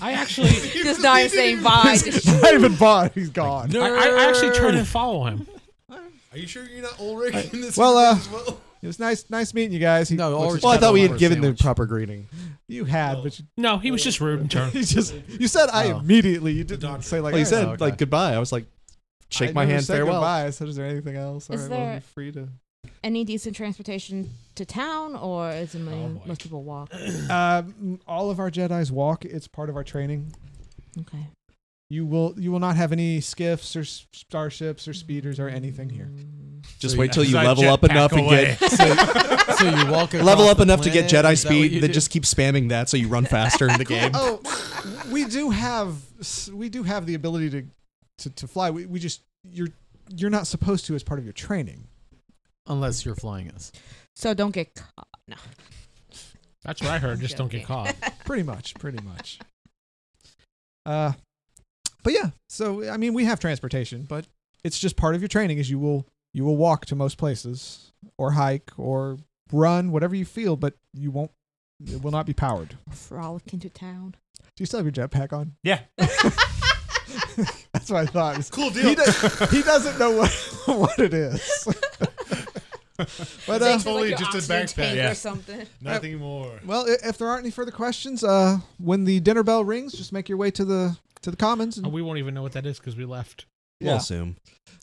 I actually, just not saying bye? Just not even bought. He's gone. I, I actually turned and follow him. Are you sure you're not Ulrich in this? Well, room uh, as well? It was nice, nice meeting you guys. He No, looks always- at- Well, I thought we had Or given sandwich. the proper greeting. you had, but you, No, he was just rude and turned. you just you said I Oh. immediately. You didn't doctor. say like Well, Oh, you "Hey, said okay. like goodbye. I was like, shake I my never hand, said farewell. Goodbye. I said, is there anything else? All Is right, well, there- you're free to. any decent transportation to town, or is it mo- Oh, boy. most people walk? Um, all of our Jedi's walk. It's part of our training. Okay. You will you will not have any skiffs or s- starships or speeders or anything here. Just So wait you- till you As I level up jetpack enough and get So, Mm. so you walk across level up the enough to get planet? Jedi Is that what you speed. Then do? just keep spamming that so you run faster in the game. Oh, we do have s- we do have the ability to to, to fly. We, we just you're you're not supposed to as part of your training. unless you're flying us. So don't get caught. That's what I heard. Just don't get caught. Pretty much, pretty much. Uh, but yeah. So I mean, we have transportation, but it's just part of your training. Is you will you will walk to most places or hike or run, whatever you feel, but you won't. It will not be powered. Do Frolic into town. you still have your jetpack on? Yeah. That's what I thought. Cool deal. He, does, he doesn't know what what it is. but uh, Thanks. Totally just a backpack. Yeah. or something. Nothing more. well, i- if there aren't any further questions, uh, when the dinner bell rings, just make your way to the to the commons. Oh, And, we won't even know what that is because we left. We'll yeah. assume.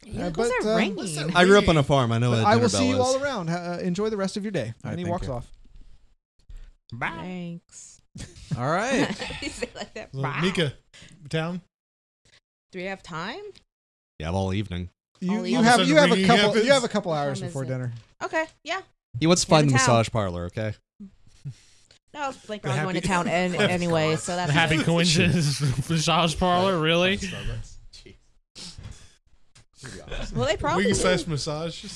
Yeah, Uh, those but, are uh, ringing. listen, I grew up on a farm. I know what a I dinner will bell see you is. all around. Uh, enjoy the rest of your day. right, and he thank walks you. off. Bye. Thanks. All right. you say it like that. So, Wow. Mika, town. Do we have time? Yeah, all evening. You, All you of a have sudden you have a ringing couple happens. you have a couple What hours time is before it? dinner. Okay. Yeah. He wants to Go to find the town. massage parlor. Okay. No, it's like The we're going to happy- town an- anyway, so that's The happy good. coincidence massage parlor, really? Well, they probably Wing do. slash massage.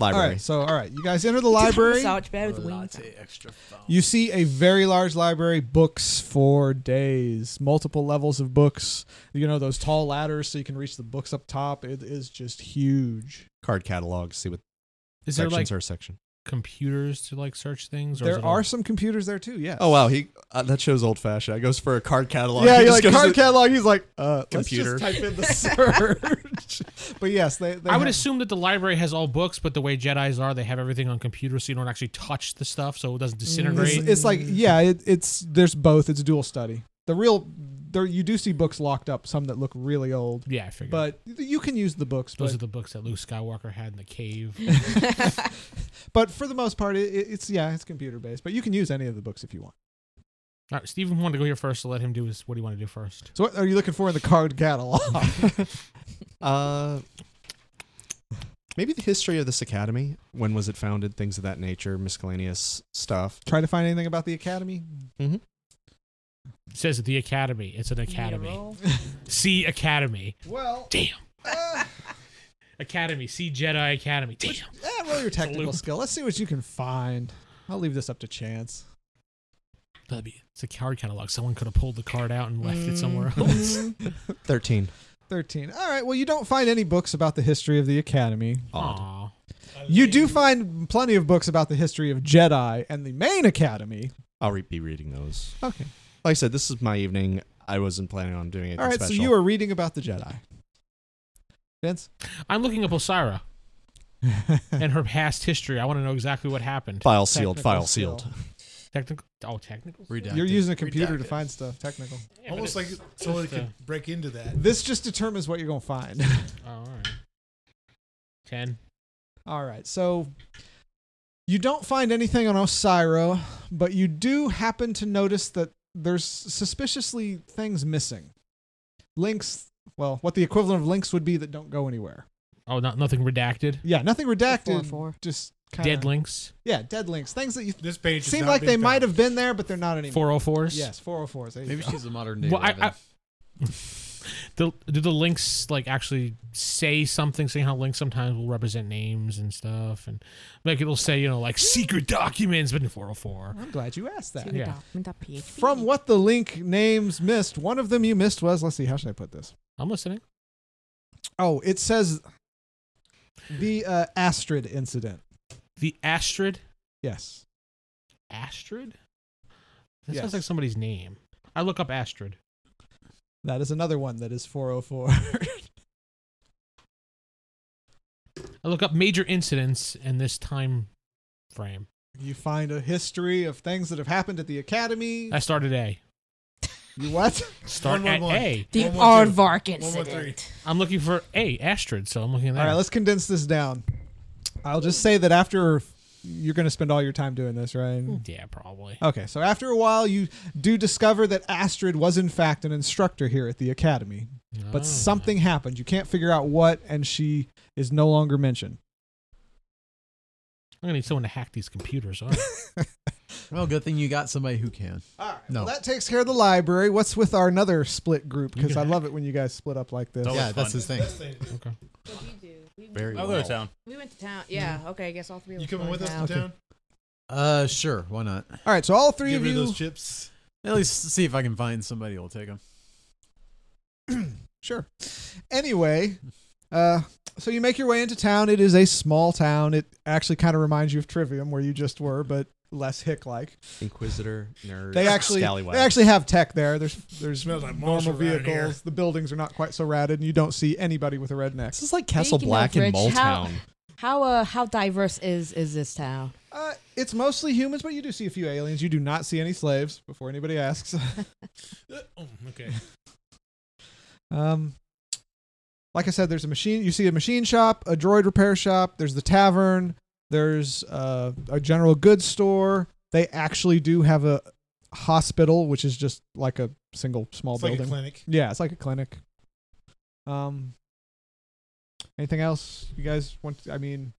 Library. All right. So all right, you guys enter the library. Massage bed with wings. extra foam. You see a very large library, books for days, multiple levels of books. You know those tall ladders so you can reach the books up top. It is just huge. Card catalog. See what Is there like sections are section. computers to like search things? Or is There it all- are some computers there too. Yes. Oh wow, he uh, that shows old fashioned. I goes for a card catalog. Yeah, He you're just like goes card to- catalog. He's like, uh, Computer. Let's just type in the search. but yes, they. they I would have- assume that the library has all books, but the way Jedi's are, they have everything on computers, so you don't actually touch the stuff, so it doesn't Mm. It's, disintegrate. it's like yeah, it, it's there's both. It's dual study. The real there you do see books locked up. Some that look really old, Yeah, I figured. but you can use the books. those But, are the books that Luke Skywalker had in the cave. but for the most part, it, it- it's yeah, it's computer based. But you can use any of the books if you want. All right, Stephen wanted to go here first, so let him do his. What do you want to do first? So what are you looking for in the card catalog? Uh, maybe the history of this academy. When was it founded? Things of that nature, miscellaneous stuff. Try to find anything about the academy. Mm-hmm. It says the academy. It's an academy. roll? See academy. Well, Damn. Uh, Academy. See Jedi Academy. Damn. eh, roll your technical loop. skill. Let's see what you can find. I'll leave this up to chance. That'd be- It's a card catalog. Someone could have pulled the card out and left it somewhere Mm. else. Thirteen. 13. All right. Well, you don't find any books about the history of the Academy. Odd. Aw. You do find plenty of books about the history of Jedi and the main Academy. I'll re- be reading those. Okay. Like I said, this is my evening. I wasn't planning on doing anything All right. special. So you are reading about the Jedi. Vince? I'm looking up Osira and her past history. I want to know exactly what happened. file sealed. Technical File skill. sealed. Technical. Oh, technical. Redacted. You're using a computer to Redacted. find stuff, technical. Yeah, but Almost like it's- someone just, uh, could break into that. This just determines what you're going to find. Oh, all right. Ten. All right. So you don't find anything on Osiro, but you do happen to notice that there's suspiciously things missing. Links, well, what the equivalent of links would be that don't go anywhere. Oh, not nothing redacted. Yeah, nothing Four, redacted. four. Just kind Dead links. Yeah, dead links. Things that you This page is seem not like being they might found. have been there, but they're not anymore. Four oh fours. Yes, 404s. There you Maybe go. she's a modern day. Well, I- Eleven. I- Do, do the links like actually say something? Saying how links sometimes will represent names and stuff, and like it'll say you know like secret documents, but in 404. I'm glad you asked that. Yeah. Document.php. From what the link names missed, one of them you missed was let's see, how should I put this? I'm listening. Oh, it says the uh, Astrid incident. The Astrid. Yes. Astrid. That Yes. sounds like somebody's name. I look up Astrid. That is another one that is 404. I look up major incidents in this time frame. you find a history of things that have happened at the academy. I started A. You what? Start One, one, at one. A. The One, one, two. Aardvark One, one, incident. three. I'm looking for A Astrid, so I'm looking All at that. right, let's condense this down. I'll just say that after you're going to spend all your time doing this, right? Yeah, probably. Okay, so after a while, you do discover that Astrid was in fact an instructor here at the academy, but Oh. something happened. You can't figure out what, and she is no longer mentioned. I'm gonna need someone to hack these computers. All right. Well, good thing you got somebody who can. All right, No. well, that takes care of the library. What's with our another split group? You Because can I hack. love it when you guys split up like this. That was yeah, that's fun. his thing. okay. What'd you do? We, Very I'll well. go to town. we went to town. Yeah, okay, I guess all three of You us coming went with us town. to town? Uh, sure. Why not? All right, so all three Give of her you. those chips. At least see if I can find somebody who'll take them. Sure. Anyway, uh, so you make your way into town. It is a small town. It actually kind of reminds you of Trivium, where you just were, but less hick like. Inquisitor, nerd, They actually scallywag. they actually have tech there. There's there's Smells like normal Monster around here. vehicles. The buildings are not quite so ratted, and you don't see anybody with a red neck. this is like Castle Speaking of Black in rich, how- Maltown. How uh how diverse is is this town? Uh, it's mostly humans, but you do see a few aliens. You do not see any slaves, before anybody asks. Uh, oh, okay. Um, like I said, there's a machine. You see a machine shop, a droid repair shop. There's the tavern. There's uh, a general goods store. They actually do have a hospital, which is just like a single small It's like building. a clinic. yeah, it's like a clinic. Um, anything else you guys want? I mean,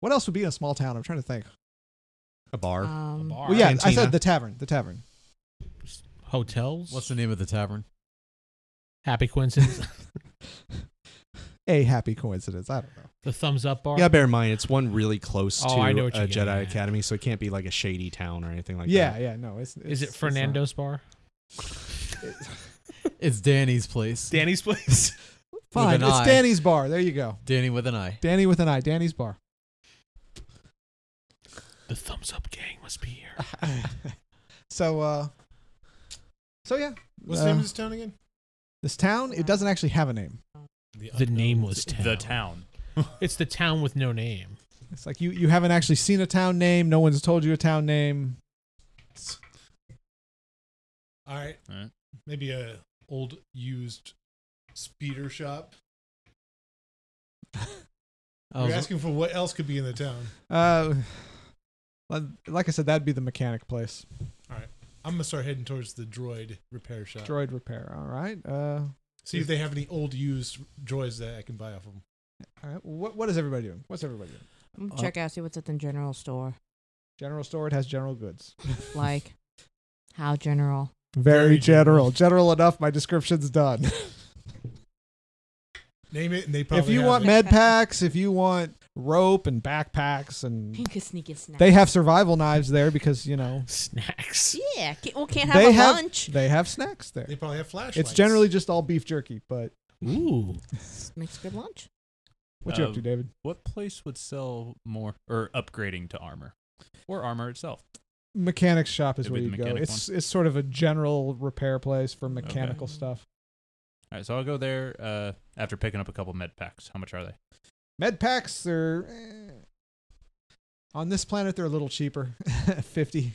what else would be in a small town? I'm trying to think. A bar. Um, Bar. Well, yeah, I Cantina. said the tavern. The tavern. Hotels. What's the name of the tavern? happy coincidence? A happy coincidence. I don't know. the thumbs up bar. Yeah, bear in mind it's one really close Oh, to I know what a you're Jedi getting at. Academy, so it can't be like a shady town or anything like yeah, that. yeah, no. It's, it's- Is it it's not. Fernando's bar? It's Danny's place. Danny's place. Fine. an It's eye. Danny's bar. There you go. Danny with an eye. Danny with an eye. Danny's bar. the thumbs up gang must be here. So, uh, so yeah. What's uh, the name of this town again? this town? It doesn't actually have a name. The nameless town. Uh, The town. It's the town with no name. It's like you you haven't actually seen a town name. No one's told you a town name. All right. All right. Maybe a old used speeder shop. Oh, You're asking for what else could be in the town. Uh, like- like I said, that'd be the mechanic place. I'm gonna start heading towards the droid repair shop. Droid repair. All right. Uh, See if they have any old used droids that I can buy off them. all right. What what is everybody doing? What's everybody doing? I'm gonna check out see what's at the general store. General store. It has general goods. Like how general? Very, Very general. general. General enough. My description's done. Name it, and they probably. if you have want it. med packs, if you want rope and backpacks, and Pink sneak a snack. they have survival knives there because you know Snacks. yeah, can't, well can't have they a have lunch. they have snacks there. they probably have flashlights. It's generally just all beef jerky, but Ooh. Makes good lunch. what you up Uh, to, David? What place would sell more or upgrading to armor or armor itself? Mechanics shop is it'd where be you the go. mechanic It's it's sort of a general repair place for mechanical Okay. stuff. All right, so I'll go there uh, after picking up a couple med packs. How much are they? Med packs are eh, on this planet they're a little cheaper, 50,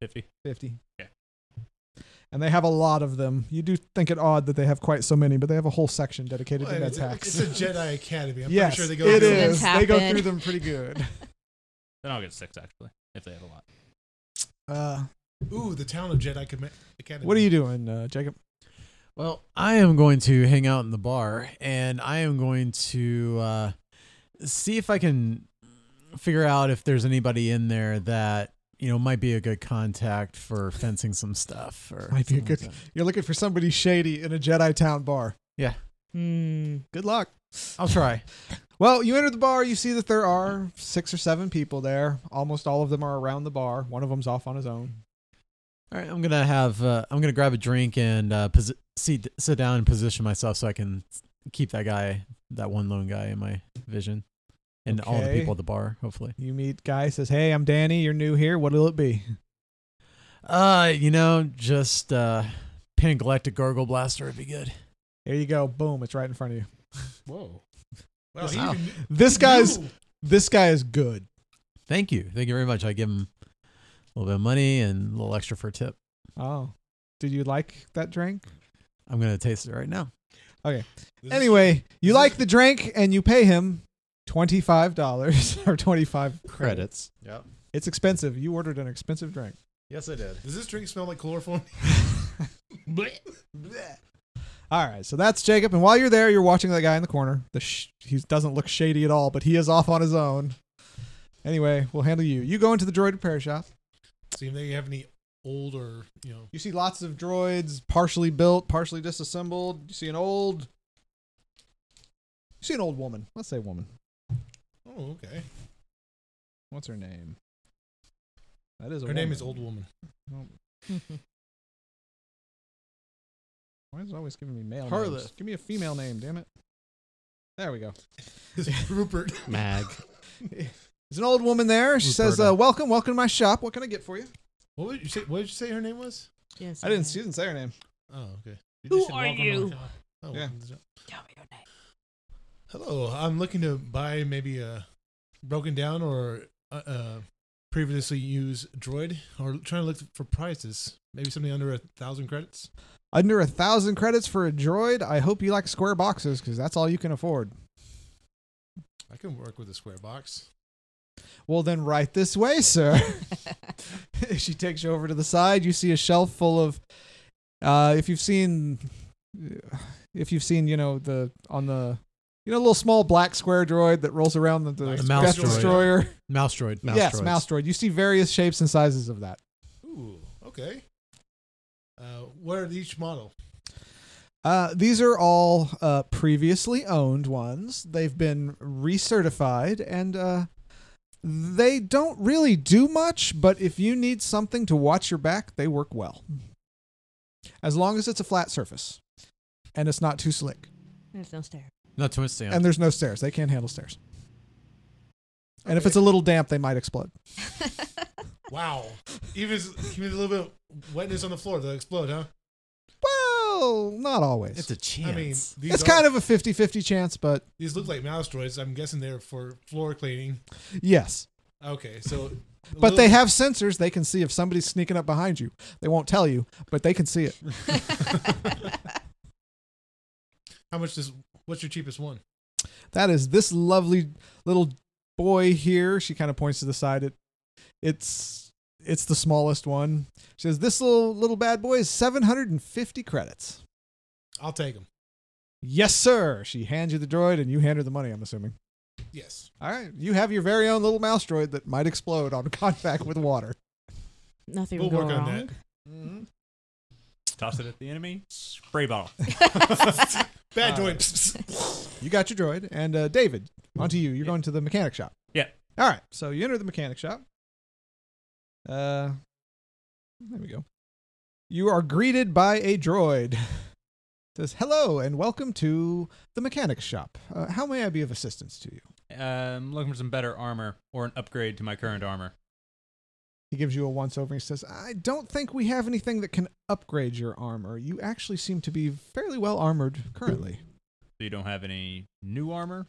Fifty. 50. Okay. And they have a lot of them. You do think it odd that they have quite so many, but they have a whole section dedicated Well, to med it's, packs. it's a Jedi Academy. I'm yes, pretty sure they go. it through is. They go Happen. through them pretty good. Then I'll get six actually, if they have a lot. Uh, Ooh, the town of Jedi Com- Academy. what are you doing, uh, Jacob? Well, I am going to hang out in the bar and I am going to uh, see if I can figure out if there's anybody in there that, you know, might be a good contact for fencing some stuff or Might be a something good- like that. You're looking for somebody shady in a Jedi Town bar. Hmm. Good luck. I'll try. Well, you enter the bar, you see that there are six or seven people there. Almost all of them are around the bar. One of them's off on his own. All right, I'm going to have uh, I'm going to grab a drink and uh posi- sit sit down and position myself so I can keep that guy, that one lone guy in my vision and all the Okay. people at the bar, hopefully. You meet guy says, "Hey, I'm Danny. You're new here. What'll it be?" Uh, you know, just uh Pan Galactic Gargle Blaster would be good. There you go. Boom! It's right in front of you. Whoa. Wow, he Wow. even This guy's knew. this guy is good. Thank you. Thank you very much. I give him a little bit of money and a little extra for a tip. Oh, did you like that drink? I'm going to taste it right now. This is- Anyway, you this like is- the drink and you pay him. twenty-five dollars or twenty-five credits. credits. Yep. It's expensive. You ordered an expensive drink. Yes, I did. Does this drink smell like chloroform? All right, so that's Jacob. And while you're there, you're watching that guy in the corner. The sh- he doesn't look shady at all, but he is off on his own. Anyway, we'll handle you. You go into the droid repair shop. See if they have any old or you know You see lots of droids, partially built, partially disassembled. You see an old. You see an old woman. Let's say woman. Oh, okay. What's her name? That is a Her name is woman. Old Woman. Why is it always giving me male Harleth. names? Give me a female name, damn it. There we go. It's Rupert. Mag. There's an old woman there. She says, Ruperta. uh, "Welcome, welcome to my shop. What can I get for you?" What did you say? What did you say her name was? Yes, I didn't. She didn't say her name. Oh, okay. You Who just said are welcome to you? the job. Oh, Yeah. welcome to the job. Tell me your name. Hello, I'm looking to buy maybe a broken down or uh, uh, previously used droid, or trying to look for prices. Maybe something under a thousand credits. Under a thousand credits for a droid. I hope you like square boxes because that's all you can afford. I can work with a square box. Well, then, right this way, sir. she takes you over to the side. You see a shelf full of. Uh, if you've seen, if you've seen, you know the on the, you know, little small black square droid that rolls around the, the Nice. Death Mouse droid. Destroyer. Mouse droid. Mouse yes, droids. mouse droid. You see various shapes and sizes of that. Ooh, okay. Uh, what are each model? Uh, these are all uh, previously owned ones. They've been recertified, and uh, they don't really do much. But if you need something to watch your back, they work well. As long as it's a flat surface, and it's not too slick, There's no stair. Not twisting. and there's no stairs. They can't handle stairs. And if Okay. it's a little damp, they might explode. Wow, even if it's- even a little bit of wetness on the floor, they'll explode, huh? Well, not always. It's, it's a chance. I mean, these are- kind of a 50-50 chance, but these look like mouse droids. I'm guessing they're for floor cleaning. yes. Okay, so But they have sensors. They can see if somebody's sneaking up behind you. They won't tell you, but they can see it. how much does what's your cheapest one? That is this lovely little boy here. She kind of points to the side. It, it's it's the smallest one. She says, "This little little bad boy is 750 credits." I'll take them. Yes, sir. She hands you the droid, and you hand her the money. I'm assuming. Yes. All right, you have your very own little mouse droid that might explode on contact with water. Nothing We'll will go work on wrong. that. Toss it at the enemy. Spray bottle. Bad All right. droid. You got your droid, and uh, David, onto you. You're going to the mechanic shop. Yeah. All right. So you enter the mechanic shop. Uh, there we go. You are greeted by a droid. It says hello and welcome to the mechanic shop. Uh, how may I be of assistance to you? Um, looking for some better armor or an upgrade to my current armor. He gives you a once over. He says, "I don't think we have anything that can upgrade your armor. You actually seem to be fairly well armored currently. So you don't have any new armor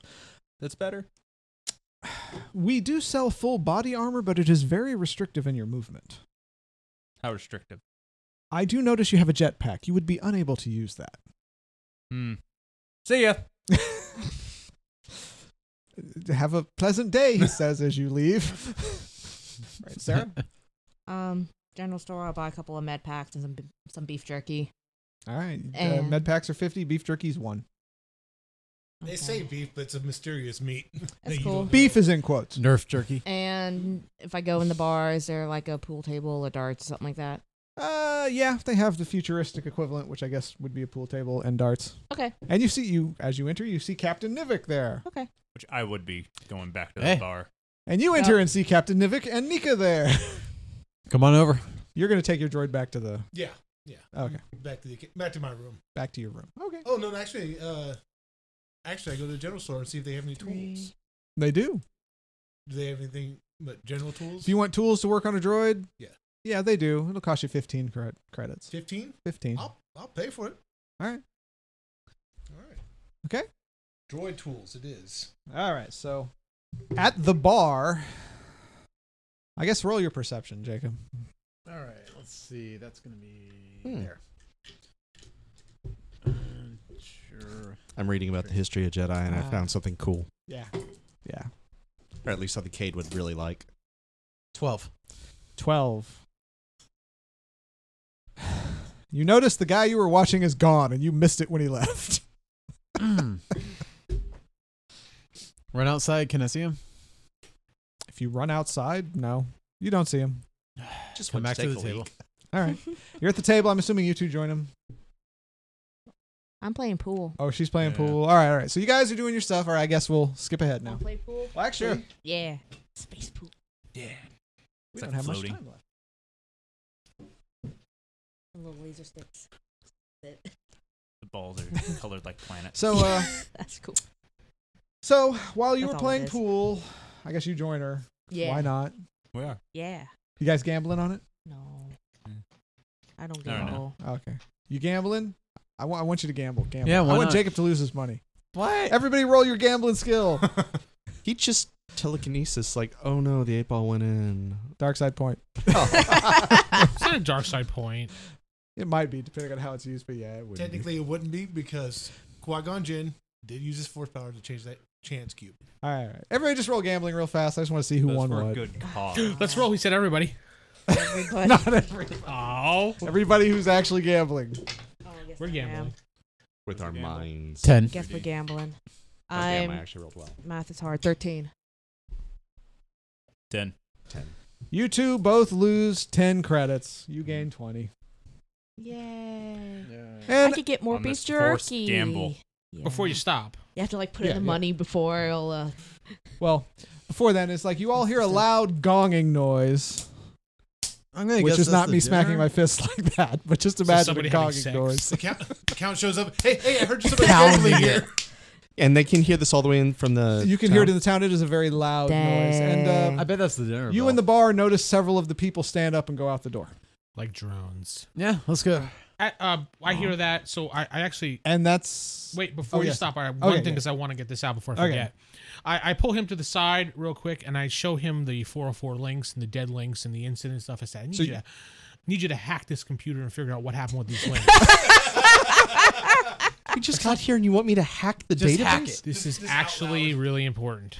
that's better? We do sell full body armor, but it is very restrictive in your movement." How restrictive? I do notice you have a jetpack. You would be unable to use that. Hmm. See ya. Have a pleasant day, he says as you leave. right, Sarah? Um, general store. I'll buy a couple of med packs and some b- some beef jerky. All right. Uh, And- med packs are 50, beef jerky's 1. Hmm. They Okay. say beef, but it's a mysterious meat. That's that you cool. don't know. Beef is in quotes. Nerf jerky. And if I go in the bar, is there like a pool table, a dart, something like that? Uh yeah, they have the futuristic equivalent, which I guess would be a pool table and darts. Okay. And you see you as you enter, you see Captain Nivik there. Okay. Which I would be going back to Hey. the bar. And you enter and see Captain Nivik and Nika there. Come on over. You're gonna take your droid back to the Yeah, yeah. Okay. Back to the back to my room. back to your room. Okay. Oh no, no, actually, uh, actually, I go to the general store and see if they have any tools. They do. Do they have anything but general tools? If you want tools to work on a droid, Yeah. Yeah, they do. It'll cost you fifteen cred- credits. Fifteen. Fifteen. I'll I'll pay for it. All right. All right. Okay. Droid tools. It is. All right, so at the bar, I guess roll your perception, Jacob. All right, let's see. That's gonna be Hmm. there. sure. I'm reading about the history of Jedi and I Ah. found something cool. Yeah, Yeah. Or at least I think Cade would really like. 12. 12. You notice the guy you were watching is gone and you missed it when he left. Run outside. Can I see him? If you run outside, no. You don't see him. Just Come back went to take the a table. leak. All right. You're at the table. I'm assuming you two join him. I'm playing pool. Oh, she's playing Yeah. pool. All right, all right. So you guys are doing your stuff. All right, I guess we'll skip ahead now. Wanna play pool? Well, actually, Yeah. Space pool. we It's don't like have floating. much time left. And little laser sticks. The balls are colored like planets. So, uh, That's cool. so while you That's were all it playing is. pool, I guess you join her. Yeah. Why not? We are. Yeah. You guys gambling on it? No. Mm. I don't I don't know. gamble. Okay. You gambling? I want. I want you to gamble. Gamble. Yeah, why I want not? Jacob to lose his money. What? Everybody, roll your gambling skill. He just telekinesis, like, oh no, the eight ball went in. Dark side point. It's not a dark side point. It might be depending on how it's used, but yeah, it would. Be. Technically, it wouldn't be because Qui Gon Jinn did use his force power to change that chance cube. All right, all right. Everybody, just roll gambling real fast. I just want to see who Those won were a what. good cause. Let's roll. He said everybody. Everybody. Not everybody. Oh, Everybody who's actually gambling. Oh, I guess we're I am. gambling. With our minds. 10. Guess we're 3D. gambling. Oh, damn, I I'm actually rolled well. math is hard. Thirteen. Ten. You two both lose ten credits. You gain twenty. Yay. I And could get more On beef this forced jerky. gamble. Yeah. Before you stop. You have to like put Yeah, in the yeah. money before it'll uh well, before then, it's like you all hear a loud gonging noise, I'm gonna which guess is that's not the me smacking dinner. my fist like that, but just imagine somebody a having gonging sex. noise. The count, the count shows up. Hey, hey, I heard you somebody Pounding gambling here. And they can hear this all the way in from the. You can hear it in the town. It is a very loud noise, and Dang. uh, I bet that's the dinner. you bell. in the bar notice several of the people stand up and go out the door, Like drones. Yeah, let's go. I, uh, I hear that, so I, I actually and that's Wait, before Uh-huh. Oh, you yes. stop, I one Okay, thing yeah. because I want to get this out before I Okay. forget. I, I pull him to the side real quick and I show him the 404 links and the dead links and the incident stuff. I said, I need So you you- to need you to hack this computer and figure out what happened with these links. We just got here and you want me to hack the Just database? hack it. This is Just out actually really important.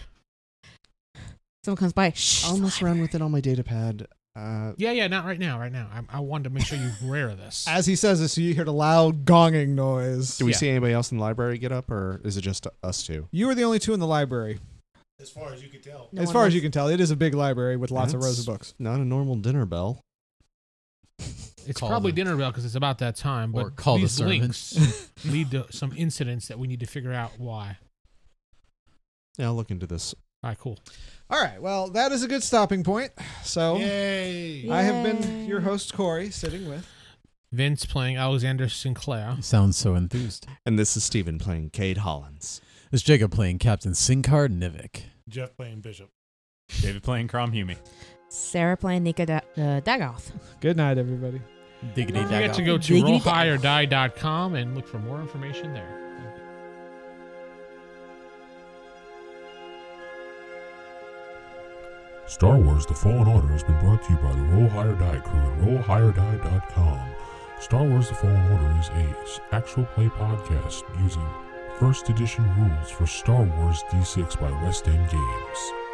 someone comes by. Shh. Almost ran with it on my data pad. Uh, Yeah, yeah, not right now, right now. I, I wanted to make sure you rare this. As he says this, you hear a loud gonging noise. do we Yeah. see anybody else in the library get up, or is it just us two? You are the only two in the library. As far as you can tell. No as one far as looks. you can tell, it is a big library with lots of rows of That's- books. Not a normal dinner bell. It's Call probably the- dinner bell because it's about that time. But Or call the these servant. links lead to some incidents that we need to figure out why. Yeah, I'll look into this. All right, cool. All right, well, that is a good stopping point. So Yay. I have been Yay. your host, Corey, sitting with. Vince playing Alexander Sinclair. Sounds so enthused. And this is Steven playing Cade Hollins. It's Jacob playing Captain Sinkar Nivik. Jeff playing Bishop. David playing Crom Humi. Sarah playing Nika da- uh, Dagoth. Good night, everybody. Diggity You got to dag. go to Diggity rollhighordie.com and look for more information there. Star Wars The Fallen Order has been brought to you by the Roll Higher Die crew at rollhigherdie.com. Star Wars The Fallen Order is a s- actual play podcast using first edition rules for Star Wars D6 by West End Games.